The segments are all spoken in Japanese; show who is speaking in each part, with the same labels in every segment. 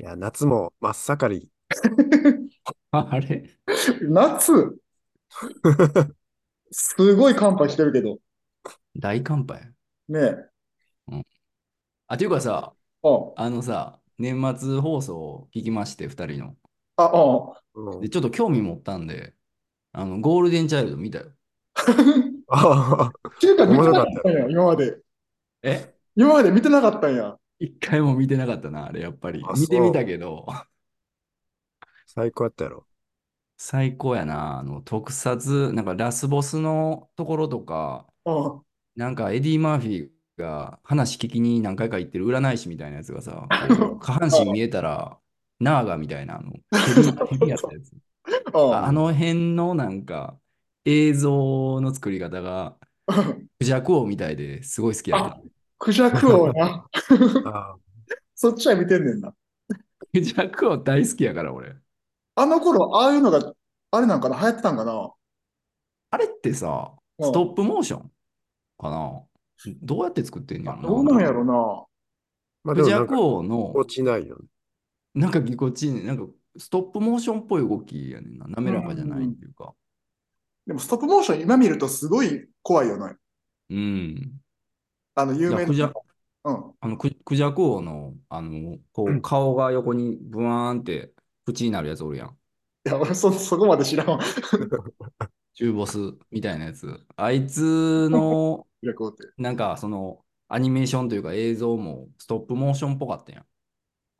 Speaker 1: いや、夏も真っ盛り。
Speaker 2: あれ
Speaker 3: 夏、すごい寒波来てるけど。
Speaker 2: 大乾杯。
Speaker 3: ねえ。
Speaker 2: あ、ていうかさ、
Speaker 3: あ
Speaker 2: あのさ、年末放送を聞きまして、二人の。
Speaker 3: あ、ああ。
Speaker 1: うん
Speaker 2: で、ちょっと興味持ったんで、あの、ゴールデンチャイルド見たよ。
Speaker 1: ああ、
Speaker 3: 中華見て
Speaker 1: 面白か
Speaker 3: なか
Speaker 1: っ
Speaker 3: ったたんや、今まで。
Speaker 2: え
Speaker 3: 今まで見てなかったんや。
Speaker 2: 一回も見てなかったな、あれ、やっぱり
Speaker 1: あ。
Speaker 2: 見て
Speaker 1: そう
Speaker 2: みたけど、
Speaker 1: 最高やったやろ。
Speaker 2: 最高やな、あの、特撮、なんかラスボスのところとか、
Speaker 3: あ
Speaker 2: なんかエディ・マーフィーが話聞きに何回か行ってる占い師みたいなやつがさ、こ う下半身見えたら、ナーガみたいな、あの、ヘビ ヘビやったやつ。
Speaker 3: あ、あ
Speaker 2: ああの辺のなんか映像の作り方が
Speaker 3: あ。
Speaker 2: クジャク王みたいですごい好きやった。
Speaker 3: クジャク王な。
Speaker 1: あ
Speaker 3: そっちは見てんねんな。
Speaker 2: クジャク王大好きやから俺。
Speaker 3: あの頃、ああいうのが、あれなんかな、流行ってたんかな。
Speaker 2: あれってさ、
Speaker 3: うん
Speaker 2: ストップモーションかなどうやって作ってんのや
Speaker 3: ど
Speaker 2: ろ
Speaker 3: うなんやろな。
Speaker 1: まあでも
Speaker 2: クジ
Speaker 1: なんか
Speaker 2: ャク、王の
Speaker 1: 落ちないよね。
Speaker 2: なんかぎこちね、なんかストップモーションっぽい動きやねんな。滑らかじゃないっていうか。
Speaker 3: でも、ストップモーション今見るとすごい怖いよね。
Speaker 2: うん。
Speaker 3: あの、有
Speaker 2: いや
Speaker 3: 名
Speaker 2: クジャ
Speaker 3: な。うん。
Speaker 2: あのククジャク王のあのこう顔が横にブワーンって口になるやつおるやん。
Speaker 3: いや、俺そ、そこまで知らんわ。
Speaker 2: 中ボスみたいなやつ。あいつ の
Speaker 3: クジャク王って。
Speaker 2: なんかそのアニメーションというか映像もストップモーションっぽかったやん。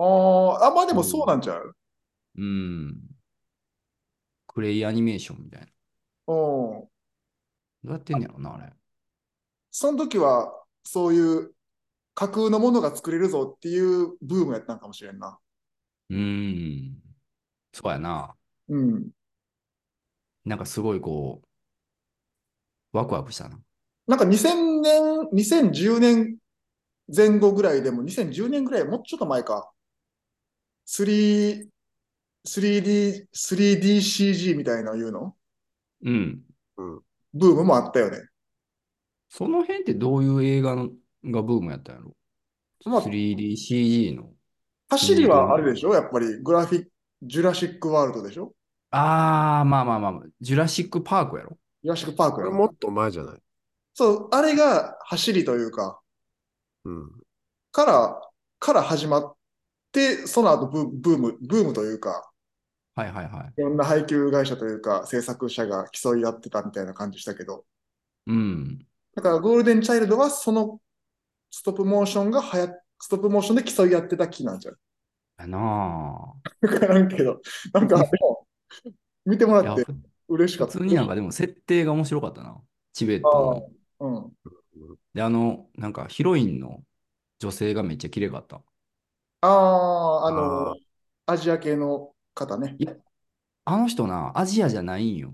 Speaker 3: あーあ、まあでもそうなんちゃう。
Speaker 2: うん。クレイアニメーションみたい
Speaker 3: う
Speaker 2: な。
Speaker 3: ん。
Speaker 2: どうやってんねやろな、あれ。
Speaker 3: その時は、そういう架空のものが作れるぞっていうブームやったんかもしれんな。
Speaker 2: うん。そうやな。
Speaker 3: うん。
Speaker 2: なんかすごいこう、ワクワクしたな。
Speaker 3: なんか2000年、2010年前後ぐらいでも、2010年ぐらい、もうちょっと前か。3、3D、3DCG みたいなの言うの
Speaker 2: うん。
Speaker 3: ブームもあったよね。
Speaker 2: その辺ってどういう映画のがブームやったんやろ
Speaker 3: まあ
Speaker 2: ?3DCG の。
Speaker 3: 走りはあれでしょやっぱりグラフィック、ジュラシックワールドでしょ
Speaker 2: あー、まあまあまあまあ、ジュラシック・パークやろ
Speaker 3: ジュラシックパーク
Speaker 1: こ
Speaker 3: や
Speaker 1: れ
Speaker 3: ろ
Speaker 1: もっと前じゃない。
Speaker 3: そう、あれが走りというか、
Speaker 1: うん。
Speaker 3: から、から始まって、その後ブブーム、ブームというか、
Speaker 2: はいはいはい。
Speaker 3: いろんな配給会社というか、制作者が競い合ってたみたいな感じしたけど、
Speaker 2: うん。
Speaker 3: だからゴールデンチャイルドはそのストップモーションがはや、ストップモーションで競い合ってた気なんじゃん。
Speaker 2: や な
Speaker 3: わからんけど、なんかでも、見ても
Speaker 2: あ。い
Speaker 3: ら
Speaker 2: や
Speaker 3: って嬉しか
Speaker 2: 普
Speaker 3: った。
Speaker 2: 通になんかでも設定が面白かったな。チベット
Speaker 3: あー
Speaker 2: の。
Speaker 3: うん。
Speaker 2: で、あの、なんかヒロインの女性がめっちゃ綺麗かった。
Speaker 3: ああ、あの
Speaker 1: あ
Speaker 3: アジア系の方ね。
Speaker 2: あの人な、アジアじゃないんよ。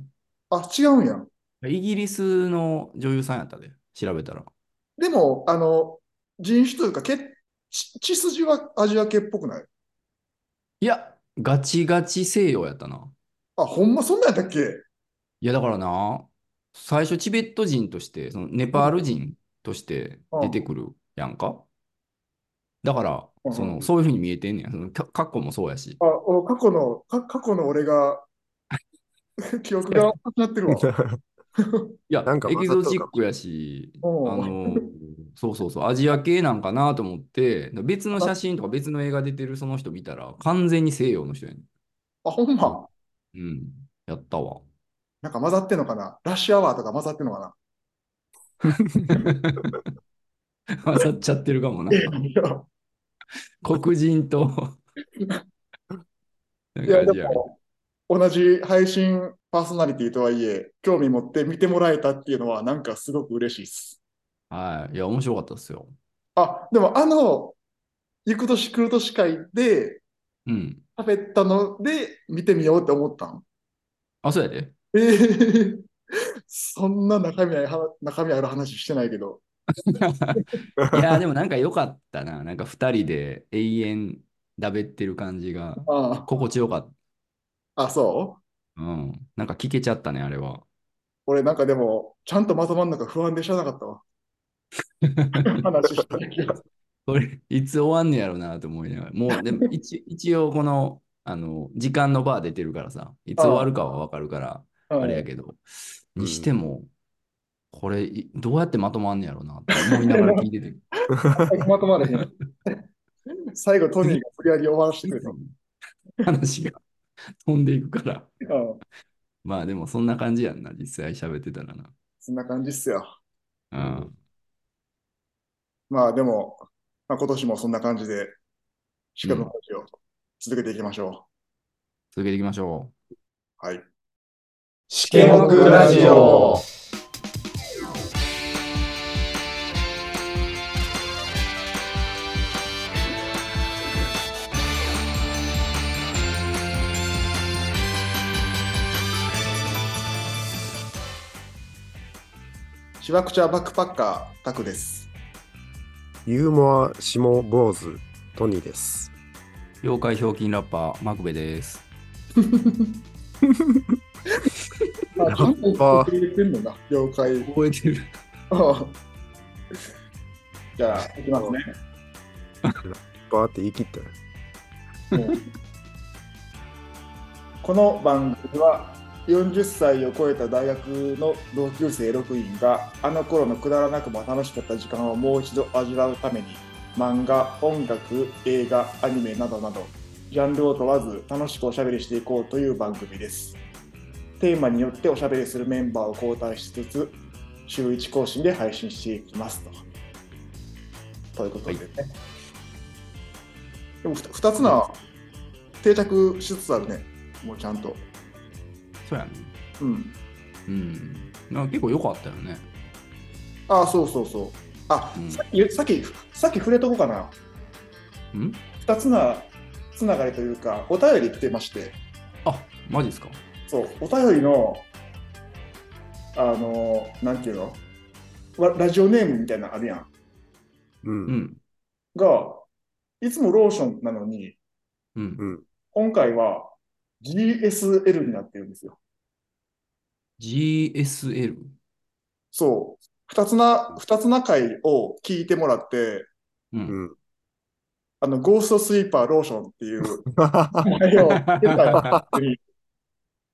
Speaker 3: あ、違うんや。
Speaker 2: イギリスの女優さんやったで、調べたら。
Speaker 3: でも、あの、人種というか、け血血筋はアジア系っぽくない
Speaker 2: いや、ガチガチ西洋やったな。
Speaker 3: あ、ほんまそんなんやったっけ
Speaker 2: いや、だからな、最初チベット人として、そのネパール人として出てくるやんか。だから、
Speaker 3: うん
Speaker 2: その、そういうふうに見えてんねや。その、か格好もそうやし。
Speaker 3: あ、お過去の、か過去の俺が、 記憶がなくなってるわ。
Speaker 2: いや、
Speaker 1: なんか
Speaker 2: エ
Speaker 1: わ
Speaker 2: キ
Speaker 1: ざと
Speaker 2: ゾ
Speaker 1: か
Speaker 2: チックやし、あ
Speaker 3: おう
Speaker 2: の、 そうそうそう、アジア系なんかなと思って、別の写真とか別の映画出てるその人見たら、完全に西洋の人やねん。
Speaker 3: あ、ほんま。
Speaker 2: うん、やったわ。
Speaker 3: なんか混ざってんのかなラッシュアワーとか混ざってんのかな
Speaker 2: 混ざっちゃってるかも な。
Speaker 3: いや
Speaker 2: 黒人となん
Speaker 3: いや、
Speaker 2: かア
Speaker 3: で
Speaker 2: ジア。
Speaker 3: も、同じ配信パーソナリティとはいえ、興味持って見てもらえたっていうのは、なんかすごく嬉しいっす。
Speaker 2: はい。いや、面白かったですよ。
Speaker 3: あ、でも、あの、行く年来る年会で
Speaker 2: うん。
Speaker 3: 喋ったので、見てみようって思ったん
Speaker 2: あ、そうやで。
Speaker 3: ええ そんな中身ある話中身ある話してないけど。
Speaker 2: いや、でもなんか良かったな。なんか二人で永遠だべってる感じが
Speaker 3: あ
Speaker 2: 心地よかっ
Speaker 3: あ、あそう
Speaker 2: た。うん。なんか聞けちゃったね、あれは。
Speaker 3: 俺なんかで も、ちゃんとまとまんのか不安でしゃなかったわ。話してたけど
Speaker 2: これ、いつ終わんねやろうなと思いながら。も う、でも一一応、この、あの、時間のバー出てるからさ、いつ終わるかはわかるか
Speaker 3: うん
Speaker 2: ら、あれやけど、
Speaker 1: うん
Speaker 2: にしても、これ、いどうやってまとまんねやろうなって思いながら聞いて て。
Speaker 3: まとまれへ ん。最後、トニーが無理やり終わらせてくれた。
Speaker 2: 話が飛んでいくから。
Speaker 3: うん
Speaker 2: まあでもそんな感じやんな、実際喋ってたらな。
Speaker 3: そんな感じっすよ。
Speaker 2: うん。
Speaker 3: まあでも、まあ、今年もそんな感じで、シカゴの話を続けていきましょ
Speaker 2: 続けていきましょう。
Speaker 3: う。はい。
Speaker 1: 試
Speaker 3: ケモクラジオシワクチャーバックパッカー、タクです。
Speaker 1: ユーモア下坊主トニーです。
Speaker 2: 妖怪ひょうきんラッパー、マクベです。
Speaker 3: ま
Speaker 1: ラ
Speaker 3: あ、
Speaker 1: ッパー
Speaker 3: ー。てんのな、了解。
Speaker 2: 覚えてる。
Speaker 3: じゃあ、いきますね。
Speaker 1: バーって言い切ったね。
Speaker 3: この番組は40歳を超えた大学の同級生6人があの頃のくだらなくも楽しかった時間をもう一度味わうために漫画、音楽、映画、アニメなどなどジャンルを問わず楽しくおしゃべりしていこうという番組です。テーマによっておしゃべりするメンバーを交代しつつ週1更新で配信していきますと。ということでね。でも2つな定着しつつあるね。もうちゃんと。
Speaker 2: そうやね。
Speaker 3: うん。
Speaker 2: うん。なんか結構良かったよね。
Speaker 3: ああ、そうそうそう。あ、
Speaker 2: うん
Speaker 3: さっき、さっき、さっき触れとこうかな。
Speaker 2: ん
Speaker 3: 二つな、つながりというか、お便り来てまして、
Speaker 2: あ、マジっすか。
Speaker 3: そう、お便りの、あの、なんていうのわラジオネームみたいなのあるやん。
Speaker 1: う。
Speaker 2: うんん。
Speaker 3: が、いつもローションなのに、
Speaker 2: うん
Speaker 1: う。ん。
Speaker 3: 今回は GSL になってるんですよ。
Speaker 2: GSL。
Speaker 3: そう。二つな、二つな会を聞いてもらって、
Speaker 2: う。
Speaker 1: うんん。
Speaker 3: あの、ゴーストスイーパーローションっていう
Speaker 1: は
Speaker 3: あれを出たら勝手に、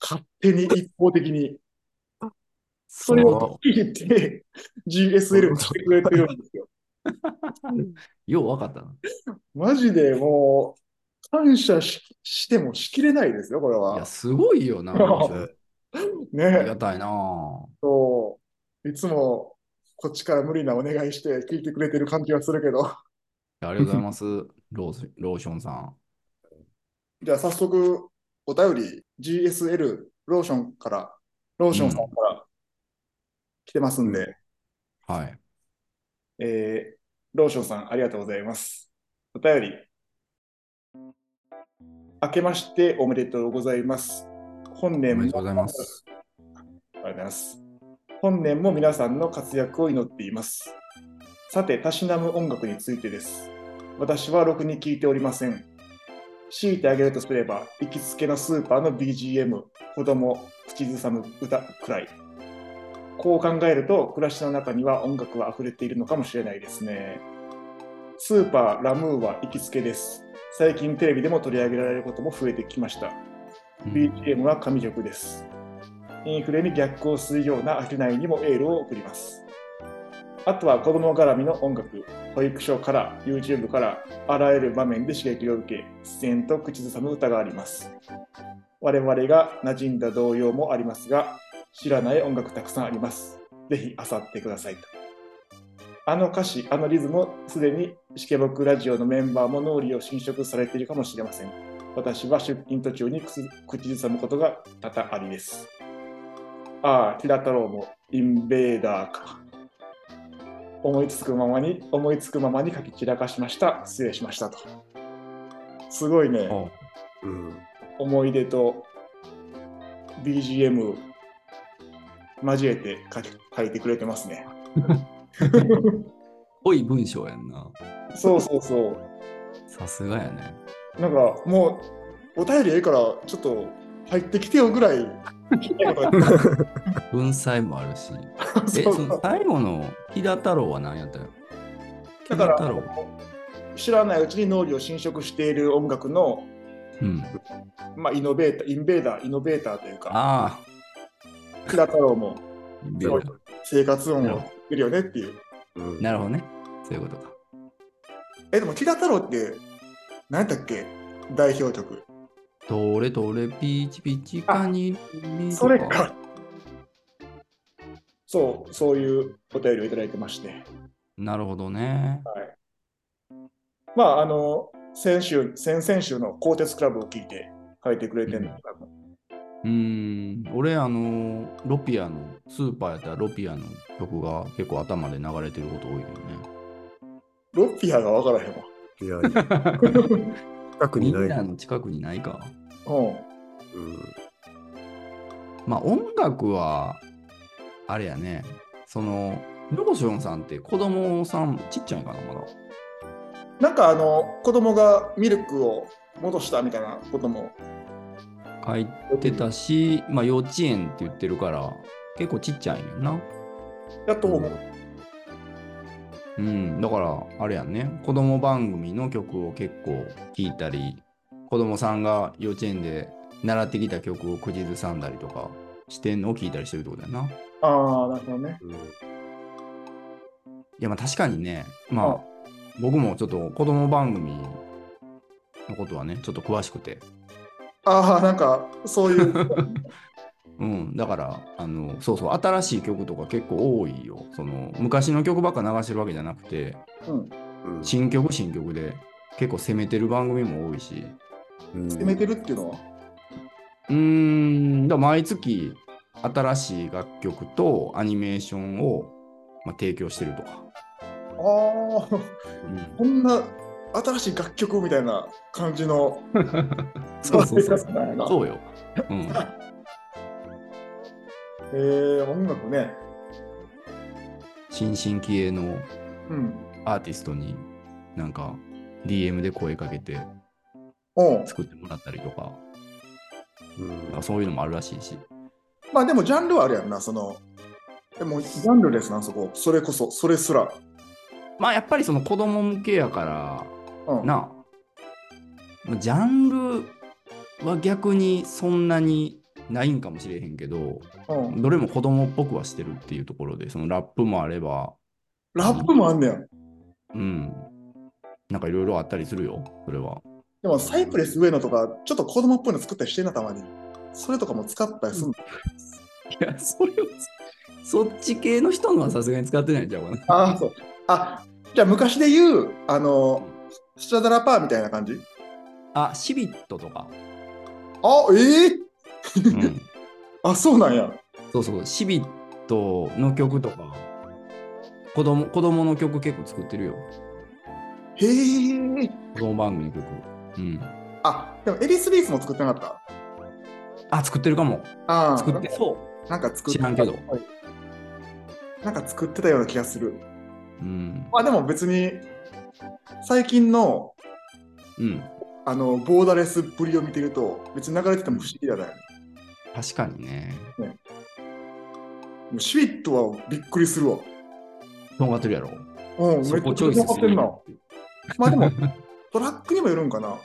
Speaker 3: 勝手に一方的に、 それを聞いて、GSL にしてくれてるんですよ。
Speaker 2: よう分かっ たな。
Speaker 3: マジでもう、感謝ししてもしきれないですよ、これ
Speaker 2: いや、
Speaker 3: は。
Speaker 2: すごいよな。
Speaker 3: そ
Speaker 2: あり
Speaker 3: ね
Speaker 2: がたいな。
Speaker 3: そう。いつも、こっちから無理なお願いして聞いてくれてる感じがするけど。
Speaker 2: ありがとうございます。 ローズローションさん。
Speaker 3: じゃあ早速、お便り、GSL ローションから、ローションさんから来てますんで、
Speaker 2: はい。
Speaker 3: えーローションさん、ありがとうございます。お便り。明けましておめでとうございます。本
Speaker 2: お
Speaker 3: 年
Speaker 2: めでと
Speaker 3: も、
Speaker 2: うございます。
Speaker 3: ありがとうございます。本年も皆さんの活躍を祈っています。さて、たしなむ音楽についてです。私はろくに聴いておりません。強いてあげるとすれば、行きつけのスーパーの BGM、子供、口ずさむ歌くらい。こう考えると、暮らしの中には音楽は溢れているのかもしれないですね。スーパーラムーは行きつけです。最近テレビでも取り上げられることも増えてきました。
Speaker 2: うん
Speaker 3: BGM は神曲です。インフレに逆行するような飽きないにもエールを送ります。あとは子供絡みの音楽、保育所から YouTube からあらゆる場面で刺激を受け、自然と口ずさむ歌があります。我々が馴染んだ童謡もありますが、知らない音楽たくさんあります。ぜひ漁ってくださいと。あの歌詞、あのリズム、すでにシケボクラジオのメンバーも脳裏を侵食されているかもしれません。私は出勤途中に口口ずさむことが多々ありです。ああ、木田太郎もインベーダーか。思いつくままに、思いつくままに書き散らかしました。失礼しましたと。すごいね、
Speaker 2: お
Speaker 1: うん。
Speaker 3: 思い出と BGM 交えて書き書いてくれてますね。
Speaker 2: 濃い文章やんな。
Speaker 3: そうそうそう。
Speaker 2: さすがやね。
Speaker 3: なんかもう、お便りええから、ちょっと入ってきてよぐ らい。
Speaker 2: 文才もあ るし。え、
Speaker 3: そう
Speaker 2: その最後の木田太郎は何やったの
Speaker 3: だから
Speaker 2: 木田太郎。
Speaker 3: 知らないうちに脳裏を侵食している音楽の、
Speaker 2: うん。
Speaker 3: まあ、イノベーター、インベーダー、イノベーターというか、
Speaker 2: あ
Speaker 3: 平太郎も
Speaker 2: あ、インベーダー
Speaker 3: 生活音を作るよねっていう。
Speaker 1: うん
Speaker 2: なるほどね。そういうことか。
Speaker 3: え、でも、平太郎って、何やったっけ代表曲。
Speaker 2: どれどれピーチピチカニミ
Speaker 3: それか。そう、そういうお便りをいただいてまして。
Speaker 2: なるほどね。
Speaker 3: まあ、あの、先週、先々週の鋼鉄クラブを聞いて書いてくれてるのかな、
Speaker 2: うーん。俺、あの、ロピアの、スーパーやったらロピアの曲が結構頭で流れてること多い
Speaker 3: ロッピアがわからへんわ。
Speaker 1: いや、いや
Speaker 2: け
Speaker 3: う
Speaker 2: どね。
Speaker 3: ん
Speaker 1: 近くに
Speaker 2: みん
Speaker 1: ない。
Speaker 2: なの近くにないか。
Speaker 1: うん
Speaker 2: まあ音楽は、あれやね、その、ロボションさんって子供さんちっちゃいんかな、まだ。
Speaker 3: なんかあの子供がミルクを戻したみたいなことも
Speaker 2: 書いてたし、まあ幼稚園って言ってるから、結構ちっちゃいんよな。
Speaker 3: やっと思う、
Speaker 2: うん、だからあれやんね子供番組の曲を結構聴いたり子供さんが幼稚園で習ってきた曲を口ずさんだりとかしてんのを聴いたりしてるってことやな。い
Speaker 3: ああなるほどね
Speaker 1: うん
Speaker 2: やまあ確かにねまあ僕もちょっと子供番組のことはねちょっと詳しくて
Speaker 3: ああなんかそういう
Speaker 2: うんだからあのそうそう新しい曲とか結構多いよその昔の曲ばっか流してるわけじゃなくて
Speaker 3: うん
Speaker 1: うん
Speaker 2: 新曲新曲で結構攻めてる番組も多いし。
Speaker 1: うん
Speaker 3: 決めてるっていうのは
Speaker 2: うーん、だから毎月新しい楽曲とアニメーションを、まあ、提供してるとか。
Speaker 3: ああこんな新しい楽曲みたいな感じの
Speaker 2: そうそうそう
Speaker 3: そんなやな
Speaker 2: そうよ。うん、
Speaker 3: えー、音楽ね
Speaker 2: 新進気鋭の
Speaker 3: うん
Speaker 2: アーティストになんか DM で声かけて
Speaker 3: うん
Speaker 2: 作ってもらったりとか、
Speaker 1: うん
Speaker 2: なんかそういうのもあるらしいし。
Speaker 3: まあでもジャンルはあるやんなそのでもジャンルですなそこそれこそそれすら
Speaker 2: まあやっぱりその子供向けやから、
Speaker 3: うん
Speaker 2: なあまあジャンルは逆にそんなにないんかもしれへんけど、
Speaker 3: うん、
Speaker 2: どれも子供っぽくはしてるっていうところで、そのラップもあれば、
Speaker 3: ラップもあんねや
Speaker 2: うん、なんかいろいろあったりするよ、それは。
Speaker 3: でもサイプレス上野とか、ちょっと子供っぽいの作ったりしてんな、たまに。それとかも使ったりするの。
Speaker 2: いや、それを、そっち系の人のはさすがに使ってないんちゃうかな。
Speaker 3: ああ、そう。あ、じゃあ昔で言う、あの、スラダラパーみたいな感じ
Speaker 2: あ、シビットとか。
Speaker 3: あ、ええ
Speaker 2: うん、
Speaker 3: あ、そうなんや。
Speaker 2: そうそう、シビットの曲とか、子供子供の曲結構作ってるよ。
Speaker 3: へえ。
Speaker 2: 子供番組の曲。うん。
Speaker 3: あ、でもエリスビースも作ってなかっ
Speaker 2: あ、作ってるかも。
Speaker 3: た。ああ、
Speaker 2: 作ってそう。
Speaker 3: なんか作っ
Speaker 2: 知らんけど
Speaker 3: なんか作ってたような気がする。
Speaker 2: うん。
Speaker 3: まあでも別に、最近の、
Speaker 2: うん。
Speaker 3: あの、ボーダレスっぷりを見てると、別に流れてても不思議じゃない。
Speaker 2: 確かにね。
Speaker 3: もうシュビットはびっくりするわ。
Speaker 2: とんがってるやろ。
Speaker 3: うん、めっち
Speaker 2: そ
Speaker 3: ゃ
Speaker 2: こチョイス
Speaker 3: か
Speaker 2: す
Speaker 3: って
Speaker 2: る
Speaker 3: んな。まあで も、トラックにもよるんかな。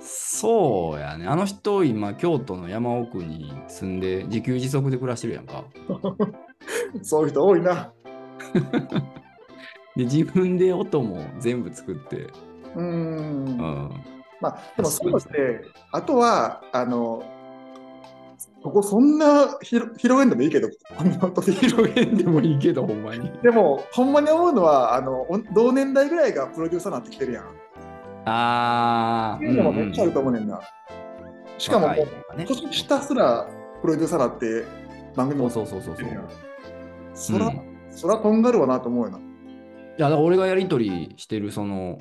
Speaker 2: そうやね。あの人、今、京都の山奥に住んで、自給自足で暮らしてるやんか。
Speaker 3: そういう人多いな。
Speaker 2: で、自分で音も全部作って、
Speaker 3: うーん。、
Speaker 2: うんん。
Speaker 3: まあ、でもそうですね。あとは、あの、ここそんな広広げんでもいいけど、こんな音で
Speaker 2: 広げんでもいいけど、ほんまに。
Speaker 3: でも、ほんまに思うのは、あの、お同年代ぐらいがプロデューサーになってきてるやん。
Speaker 2: あ
Speaker 3: っ
Speaker 2: ー、
Speaker 3: ていうのもめっちゃあると思う
Speaker 2: ね。
Speaker 3: ねんな。しかも、
Speaker 2: 若いとかね
Speaker 3: 年下すらプロデューサーになって番組
Speaker 2: そ
Speaker 3: も
Speaker 2: うそうそうそうそう。
Speaker 3: そら、
Speaker 2: うんい
Speaker 3: そらとんがるわなと思うよな。
Speaker 2: や、だから俺がやりとりしてる、その、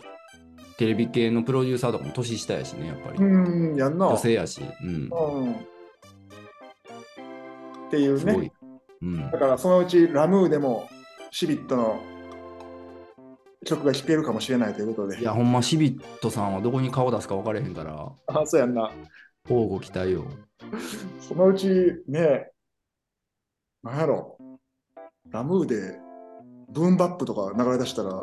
Speaker 2: テレビ系のプロデューサーとかも年下やしね、やっぱり。
Speaker 3: うーん、やんな。
Speaker 2: 女性やし。うん。
Speaker 3: うん。っていう
Speaker 2: す
Speaker 3: ね
Speaker 2: ご。い。うん
Speaker 3: だ。からそのうちラムーでもシビットの曲が聴けるかもしれないということで。
Speaker 2: いや、ほんま、シビットさんはどこに顔出すか分からへんから、
Speaker 3: あそうやんな。
Speaker 2: 交互期待よ。
Speaker 3: そのうちね、なんやろ、ラムーでブーンバップとか流れ出したら、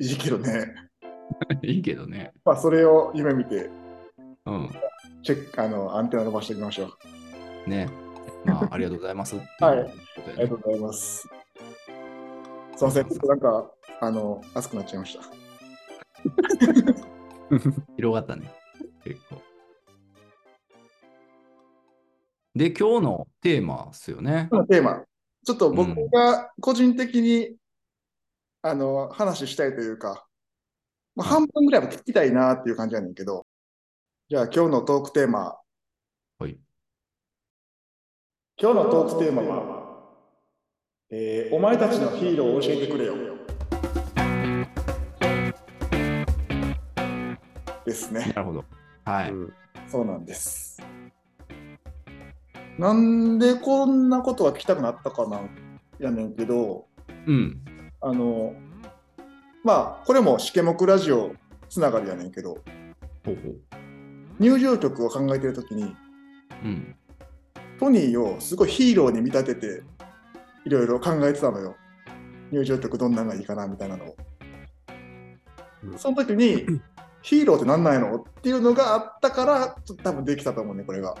Speaker 3: いじけどね。
Speaker 2: いいけどね。
Speaker 3: まあ、それを夢見て、
Speaker 2: うん。
Speaker 3: チェック、あの、アンテナ伸ばしていきましょう。
Speaker 2: ね。 まあ、ありがとうございます。
Speaker 3: はい
Speaker 2: ってうこと
Speaker 3: あ
Speaker 2: や
Speaker 3: りが
Speaker 2: ね
Speaker 3: とうございます。すいません、ちょっとなんか、あの、熱くなっちゃいました。
Speaker 2: 広がったね。結構。で、今日のテーマですよね。
Speaker 3: 今日のテーマ、ちょっと
Speaker 2: う
Speaker 3: 僕
Speaker 2: ん
Speaker 3: が個人的に、あの話したいというか、まあ、半分ぐらいは聞きたいなっていう感じやねんけど、じゃあ今日のトークテーマ。
Speaker 2: はい
Speaker 3: 今日のトークテーマは、えーお前たちのヒーローを教えてくれよ。ですね。
Speaker 2: なるほど。はい。
Speaker 1: うん
Speaker 3: そうなんです。なんでこんなことが聞きたくなったかなんやねんけど、
Speaker 2: うん。
Speaker 3: あの、まあ、これもしけもくラジオつながりやねんけど、
Speaker 2: ほうほう。
Speaker 3: 入場曲を考えてるときに、
Speaker 2: うん。
Speaker 3: トニーをすごいヒーローに見立てて、いろいろ考えてたのよ。入場曲どんなのがいいかなみたいなのを。その時に、ヒーローってなんないのっていうのがあったから、ちょっと多分できたと思うね、これが。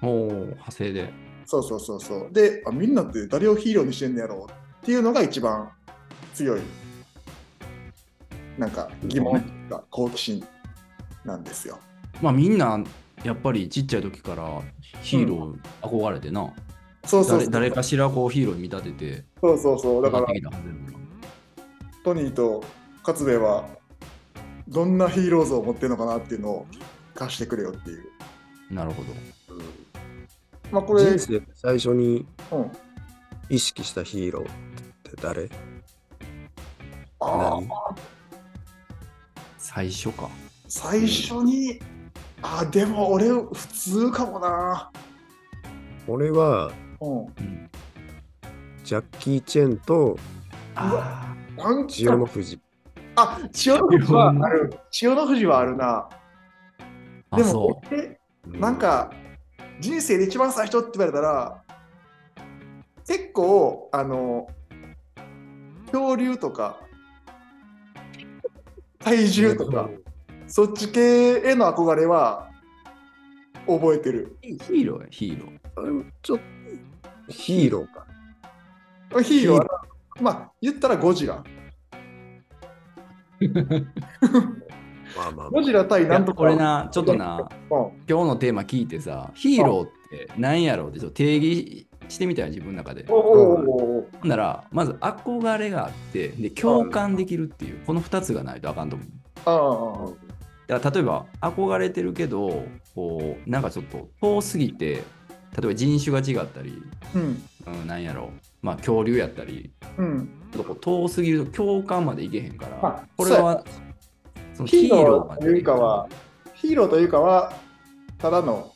Speaker 2: ほう、派生で。
Speaker 3: そうそうそうそう。で、あみんなって誰をヒーローにしてんのやろうっていうのが一番強い、なんか疑問というか好奇心なんですよ。
Speaker 2: まあ、みんな、やっぱりちっちゃい時からヒーロー憧れてな。
Speaker 3: そうそう
Speaker 2: 誰
Speaker 3: そう。
Speaker 2: 誰かしらこうヒーローに見立てて、
Speaker 3: そうそうそう。だから
Speaker 2: 上がってきたはずやもんな
Speaker 3: トニーと勝部はどんなヒーロー像を持ってるのかなっていうのを貸してくれよっていう。
Speaker 2: なるほど。
Speaker 3: まあこれ、
Speaker 1: 人生で最初に
Speaker 3: うん。
Speaker 1: 意識したヒーローって誰
Speaker 3: ああ
Speaker 1: 何、
Speaker 2: 最初か。
Speaker 3: 最初に、ああ、でも俺普通かもな。
Speaker 1: 俺は
Speaker 3: うん。
Speaker 2: うん。
Speaker 1: ジャッキー・チェンと
Speaker 2: ああ。
Speaker 3: なん
Speaker 1: 千代の富士。
Speaker 3: あ、千代の富士はある。千代の富士はあるな。
Speaker 2: あ、
Speaker 3: で
Speaker 2: そ
Speaker 3: も
Speaker 2: う。、
Speaker 3: えなんか、人生で一番最初って言われたら、結構、あの、恐竜とか、体重とか、そっち系への憧れは、覚えてる。
Speaker 2: ヒーローや、ヒーロー。
Speaker 1: うん、ちょっとヒーローか。
Speaker 3: ヒーローはな、まあ、言ったらゴジラ。
Speaker 1: まあまあ、ま
Speaker 3: ゴジラ対
Speaker 2: い
Speaker 3: な
Speaker 2: や
Speaker 3: んとか。
Speaker 2: これな、ちょっとな、
Speaker 3: うん
Speaker 2: 今日のテーマ聞いてさ、ヒーローって何やろうってちょっと定義してみたよ、自分の中で。
Speaker 3: お
Speaker 2: ほ
Speaker 3: おおおお
Speaker 2: んなら、まず憧れがあって、で、共感できるっていう、この2つがないとあかんと
Speaker 3: あ
Speaker 2: 思う。
Speaker 3: あ
Speaker 2: だから例えば、憧れてるけど、こう、なんかちょっと遠すぎて、例えば人種が違ったり、
Speaker 3: うん
Speaker 2: うん、何やろう、まあ恐竜やったり、
Speaker 3: うん
Speaker 2: ちょっとこう遠すぎると共感までいけへんから、
Speaker 3: まあ
Speaker 2: これは、その
Speaker 3: ヒーロ
Speaker 2: ま
Speaker 3: ー
Speaker 2: で
Speaker 3: というかは、ヒーローというかは、ただの、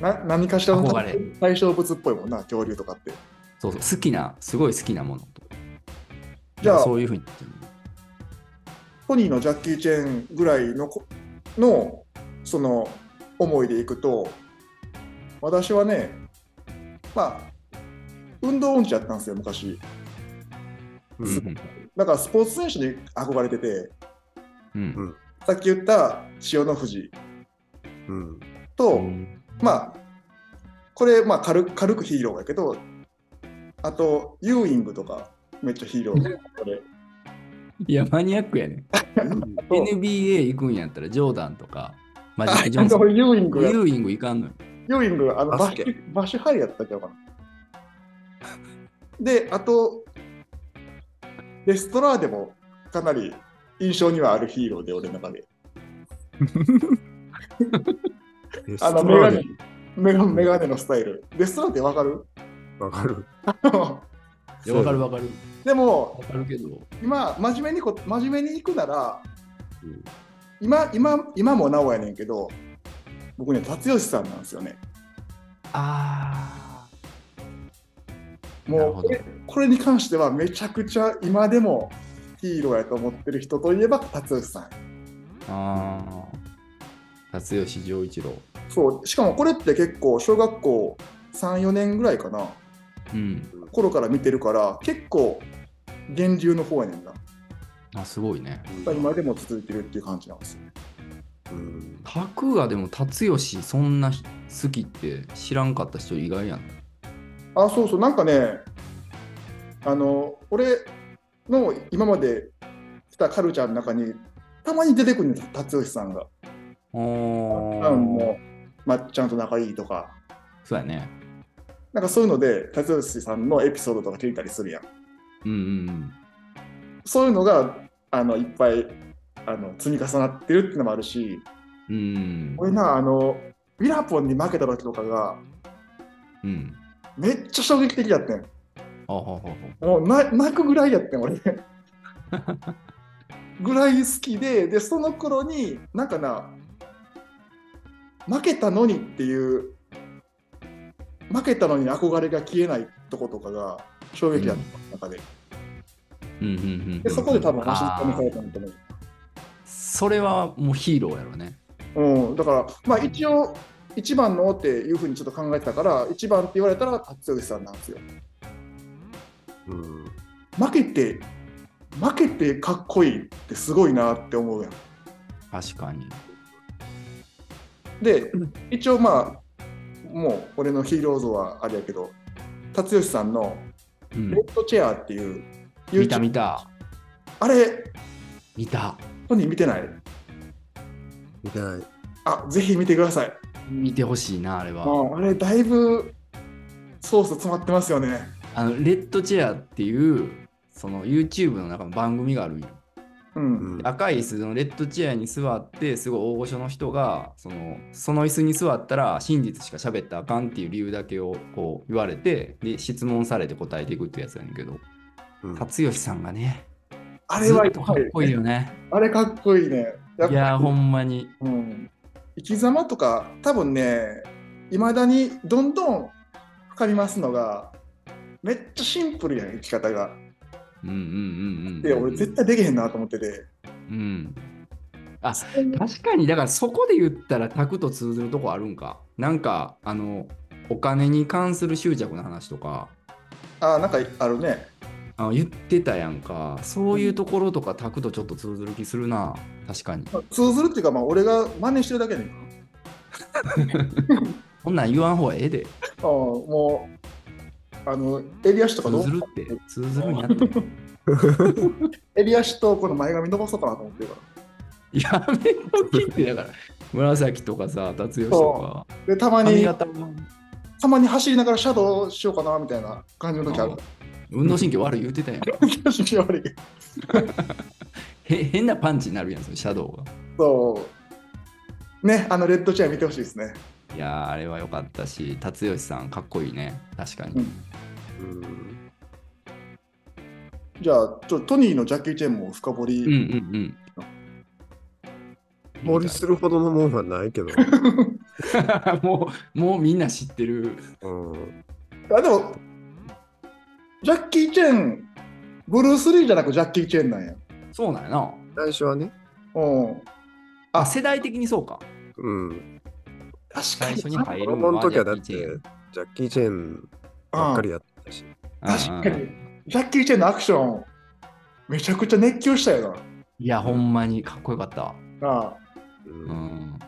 Speaker 3: な何かしらの
Speaker 2: 憧れ
Speaker 3: 対象物っぽいもんな、恐竜とかって。
Speaker 2: そうそう、好きな、すごい好きなものと。
Speaker 3: じゃあ
Speaker 2: そういうふうに言ってる
Speaker 3: ポニーのジャッキー・チェンぐらいのこの、その、思いでいくと、私はね、まあ、運動音痴やったんですよ、昔。
Speaker 1: う
Speaker 2: うん
Speaker 1: ん
Speaker 2: うん
Speaker 3: だからスポーツ選手に憧れてて、
Speaker 2: うん
Speaker 3: さっき言った千代の富士
Speaker 1: うん
Speaker 3: と、
Speaker 2: うん
Speaker 3: まあ、これ、まあ軽く、軽くヒーローやけど、あと、ユーイングとか、めっちゃヒーロー。これ
Speaker 2: いや、マニアックやね。
Speaker 3: そう
Speaker 2: NBA 行くんやったら、ジョーダンとか、マジック・ジョ
Speaker 3: あ
Speaker 2: ンソ
Speaker 3: と
Speaker 2: ン、
Speaker 3: ユーイングや、ユ
Speaker 2: ユーイング行かんのよ。
Speaker 3: ーイング、あのバ
Speaker 1: バ
Speaker 3: ッ
Speaker 1: ス
Speaker 3: シ
Speaker 1: ケ
Speaker 3: ュバッシュハイやったんちゃうかな。で、あと、レストラーでもかなり印象にはあるヒーローで、俺の中で。
Speaker 1: レス
Speaker 3: あ
Speaker 1: ト
Speaker 3: のメ
Speaker 1: ラー
Speaker 3: ガネ
Speaker 1: で
Speaker 3: メガメガネのスタイル。レストラーってわかる
Speaker 1: わかる。
Speaker 2: いやわかるわかる。
Speaker 3: でも、
Speaker 2: わかるけど、
Speaker 3: 今、真面目にこ、真面目に行くなら、
Speaker 1: うん
Speaker 3: 今今今もなおやねんけど僕ね辰吉さんなんですよね
Speaker 2: あー、なる
Speaker 3: も
Speaker 2: ほ
Speaker 3: うこ。
Speaker 2: ど
Speaker 3: れこれに関してはめちゃくちゃ今でもヒーローやと思ってる人といえば辰吉さん
Speaker 2: あー、辰吉丈一郎。
Speaker 3: そうしかもこれって結構小学校34年ぐらいかな
Speaker 2: うん。
Speaker 3: 頃から見てるから結構源流の方やねんな
Speaker 2: あすごいね。
Speaker 3: まあ今でも続いてるっていう感じなんですよ。
Speaker 1: うん
Speaker 2: タクがでも達吉そんな好きって知らんかった人意外やん。
Speaker 3: あ、そうそう、なんかね、あの、俺の今まで来たカルチャーの中に、たまに出てくるんですよ、達吉さんが。
Speaker 2: あ
Speaker 3: 多分
Speaker 2: ー
Speaker 3: もう、まっちゃんと仲いいとか、
Speaker 2: そうやね。
Speaker 3: なんかそういうので、達吉さんのエピソードとか聞いたりするやん。
Speaker 2: うんうんうん。
Speaker 3: そういうのが、あの、いっぱい、あの、積み重なってるっていうのもあるし、
Speaker 2: うん。
Speaker 3: 俺な、あの、ウィラポンに負けた時とかが、
Speaker 2: うん。
Speaker 3: めっちゃ衝撃的やってん。
Speaker 2: あははは
Speaker 3: もうな泣くぐらいやってん俺ぐらい好きででその頃になんかな負けたのにっていう負けたのに憧れが消えないとことかが衝撃だった中で,、
Speaker 2: うんうんうん。
Speaker 3: でそこで多分
Speaker 2: あー
Speaker 3: 話し込みされたんだと思
Speaker 2: それはもうヒーローやろね。
Speaker 3: う、うん、だからまあ一応一番のっていうふうにちょっと考えてたから一番って言われたら達吉さんなんですよ
Speaker 1: うん
Speaker 3: 負けて負けてかっこいいってすごいなって思うやん
Speaker 2: 確かに。
Speaker 3: で、一応まあ、もう俺のヒーロー像はあれやけど、辰吉さんの
Speaker 2: うん
Speaker 3: レッドチェアっていう、
Speaker 2: 見た見た。
Speaker 3: あれ、
Speaker 2: 見た。
Speaker 3: 本人見てない
Speaker 1: 見てない。
Speaker 3: あ、ぜひ見てください。
Speaker 2: 見てほしいな、あれ
Speaker 3: あ
Speaker 2: は。
Speaker 3: あれ、だいぶソース詰まってますよね。
Speaker 2: あの、レッドチェアっていう、その YouTube の中の番組があるんよ。
Speaker 3: うん。
Speaker 1: うん
Speaker 2: 赤い椅子のレッドチェアに座って、すごい大御所の人が、その、その椅子に座ったら真実しか喋ったらあかんっていう理由だけをこう言われて、で、質問されて答えていくってやつやねんけど、
Speaker 1: うん
Speaker 2: 辰吉さんがね、
Speaker 3: あれ
Speaker 2: ず
Speaker 3: は
Speaker 2: っとかっこいいよね。
Speaker 3: あれかっこいいね。やっ
Speaker 2: い
Speaker 3: ぱ、
Speaker 2: やー、ほんまに。
Speaker 3: うん、生き様とか、多分ね、いまだにどんどん深みますのが、めっちゃシンプルやん、生き方が。
Speaker 2: うんうんうんうんうん。
Speaker 3: で、俺絶対できへんなと思ってて。
Speaker 2: うん。あ、確かに、だからそこで言ったらタクと通ずるとこあるんか。なんか、あの、お金に関する執着の話とか、
Speaker 3: あ、なんかあるね。
Speaker 2: あ言ってたやんか。そういうところとかタクとちょっと通ずる気するな。確かに。
Speaker 3: まあ通ずるっていうか、まあ、俺が真似してるだけでいいかな。
Speaker 2: こんなん言わん方がええで。
Speaker 3: ああもう、あの、襟足とか
Speaker 2: 通
Speaker 3: ど
Speaker 2: ずる
Speaker 3: う
Speaker 2: って、通ずるん やって。
Speaker 3: 襟足とこの前髪残そうかなと思ってるか。
Speaker 2: やめときって、だから、紫とかさ、達吉とから
Speaker 3: で、たま、
Speaker 2: 髪
Speaker 3: に、
Speaker 2: 型も、
Speaker 3: たまに走りながらシャドウしようかなみたいな感じの時ある
Speaker 2: あ。運動神経悪い言ってたやん。
Speaker 3: 気持ち悪いけど
Speaker 2: へ変なパンチになるやん、そのシャドウが。
Speaker 3: そう。ね、あの、レッドチェア見てほしいですね。
Speaker 2: いやーあれは良かったし、辰吉さんかっこいいね。確かに。
Speaker 1: うん
Speaker 3: じゃあ、ちょトニーのジャッキー・チェンも深掘り、
Speaker 2: うんうん うん。
Speaker 1: 掘りするほどのもんはない けど。
Speaker 2: もう、もうみんな知ってる。
Speaker 1: うん
Speaker 3: あでも、ジャッキー・チェン、ブルース・リーじゃなくジャッキー・チェンなんや。
Speaker 2: そうなんやな。
Speaker 1: 最初はね。
Speaker 3: うん。
Speaker 2: あ、世代的にそうか。
Speaker 1: うん。
Speaker 3: 確
Speaker 2: 最初に入
Speaker 1: 子
Speaker 2: る
Speaker 1: 供の時はだっ
Speaker 2: ジ
Speaker 1: て、
Speaker 2: ャッ
Speaker 1: ジ
Speaker 2: キーチ
Speaker 1: ャッキー・チ
Speaker 2: ェン
Speaker 1: ェンばっかりやったし。
Speaker 3: 確か
Speaker 2: うんう
Speaker 3: に
Speaker 2: んうん。
Speaker 3: ジャッキー・チェンのアクション、めちゃくちゃ熱狂したよ
Speaker 2: いや、ほんまにかっこよかった。
Speaker 3: な。なあ
Speaker 1: う
Speaker 2: うんん。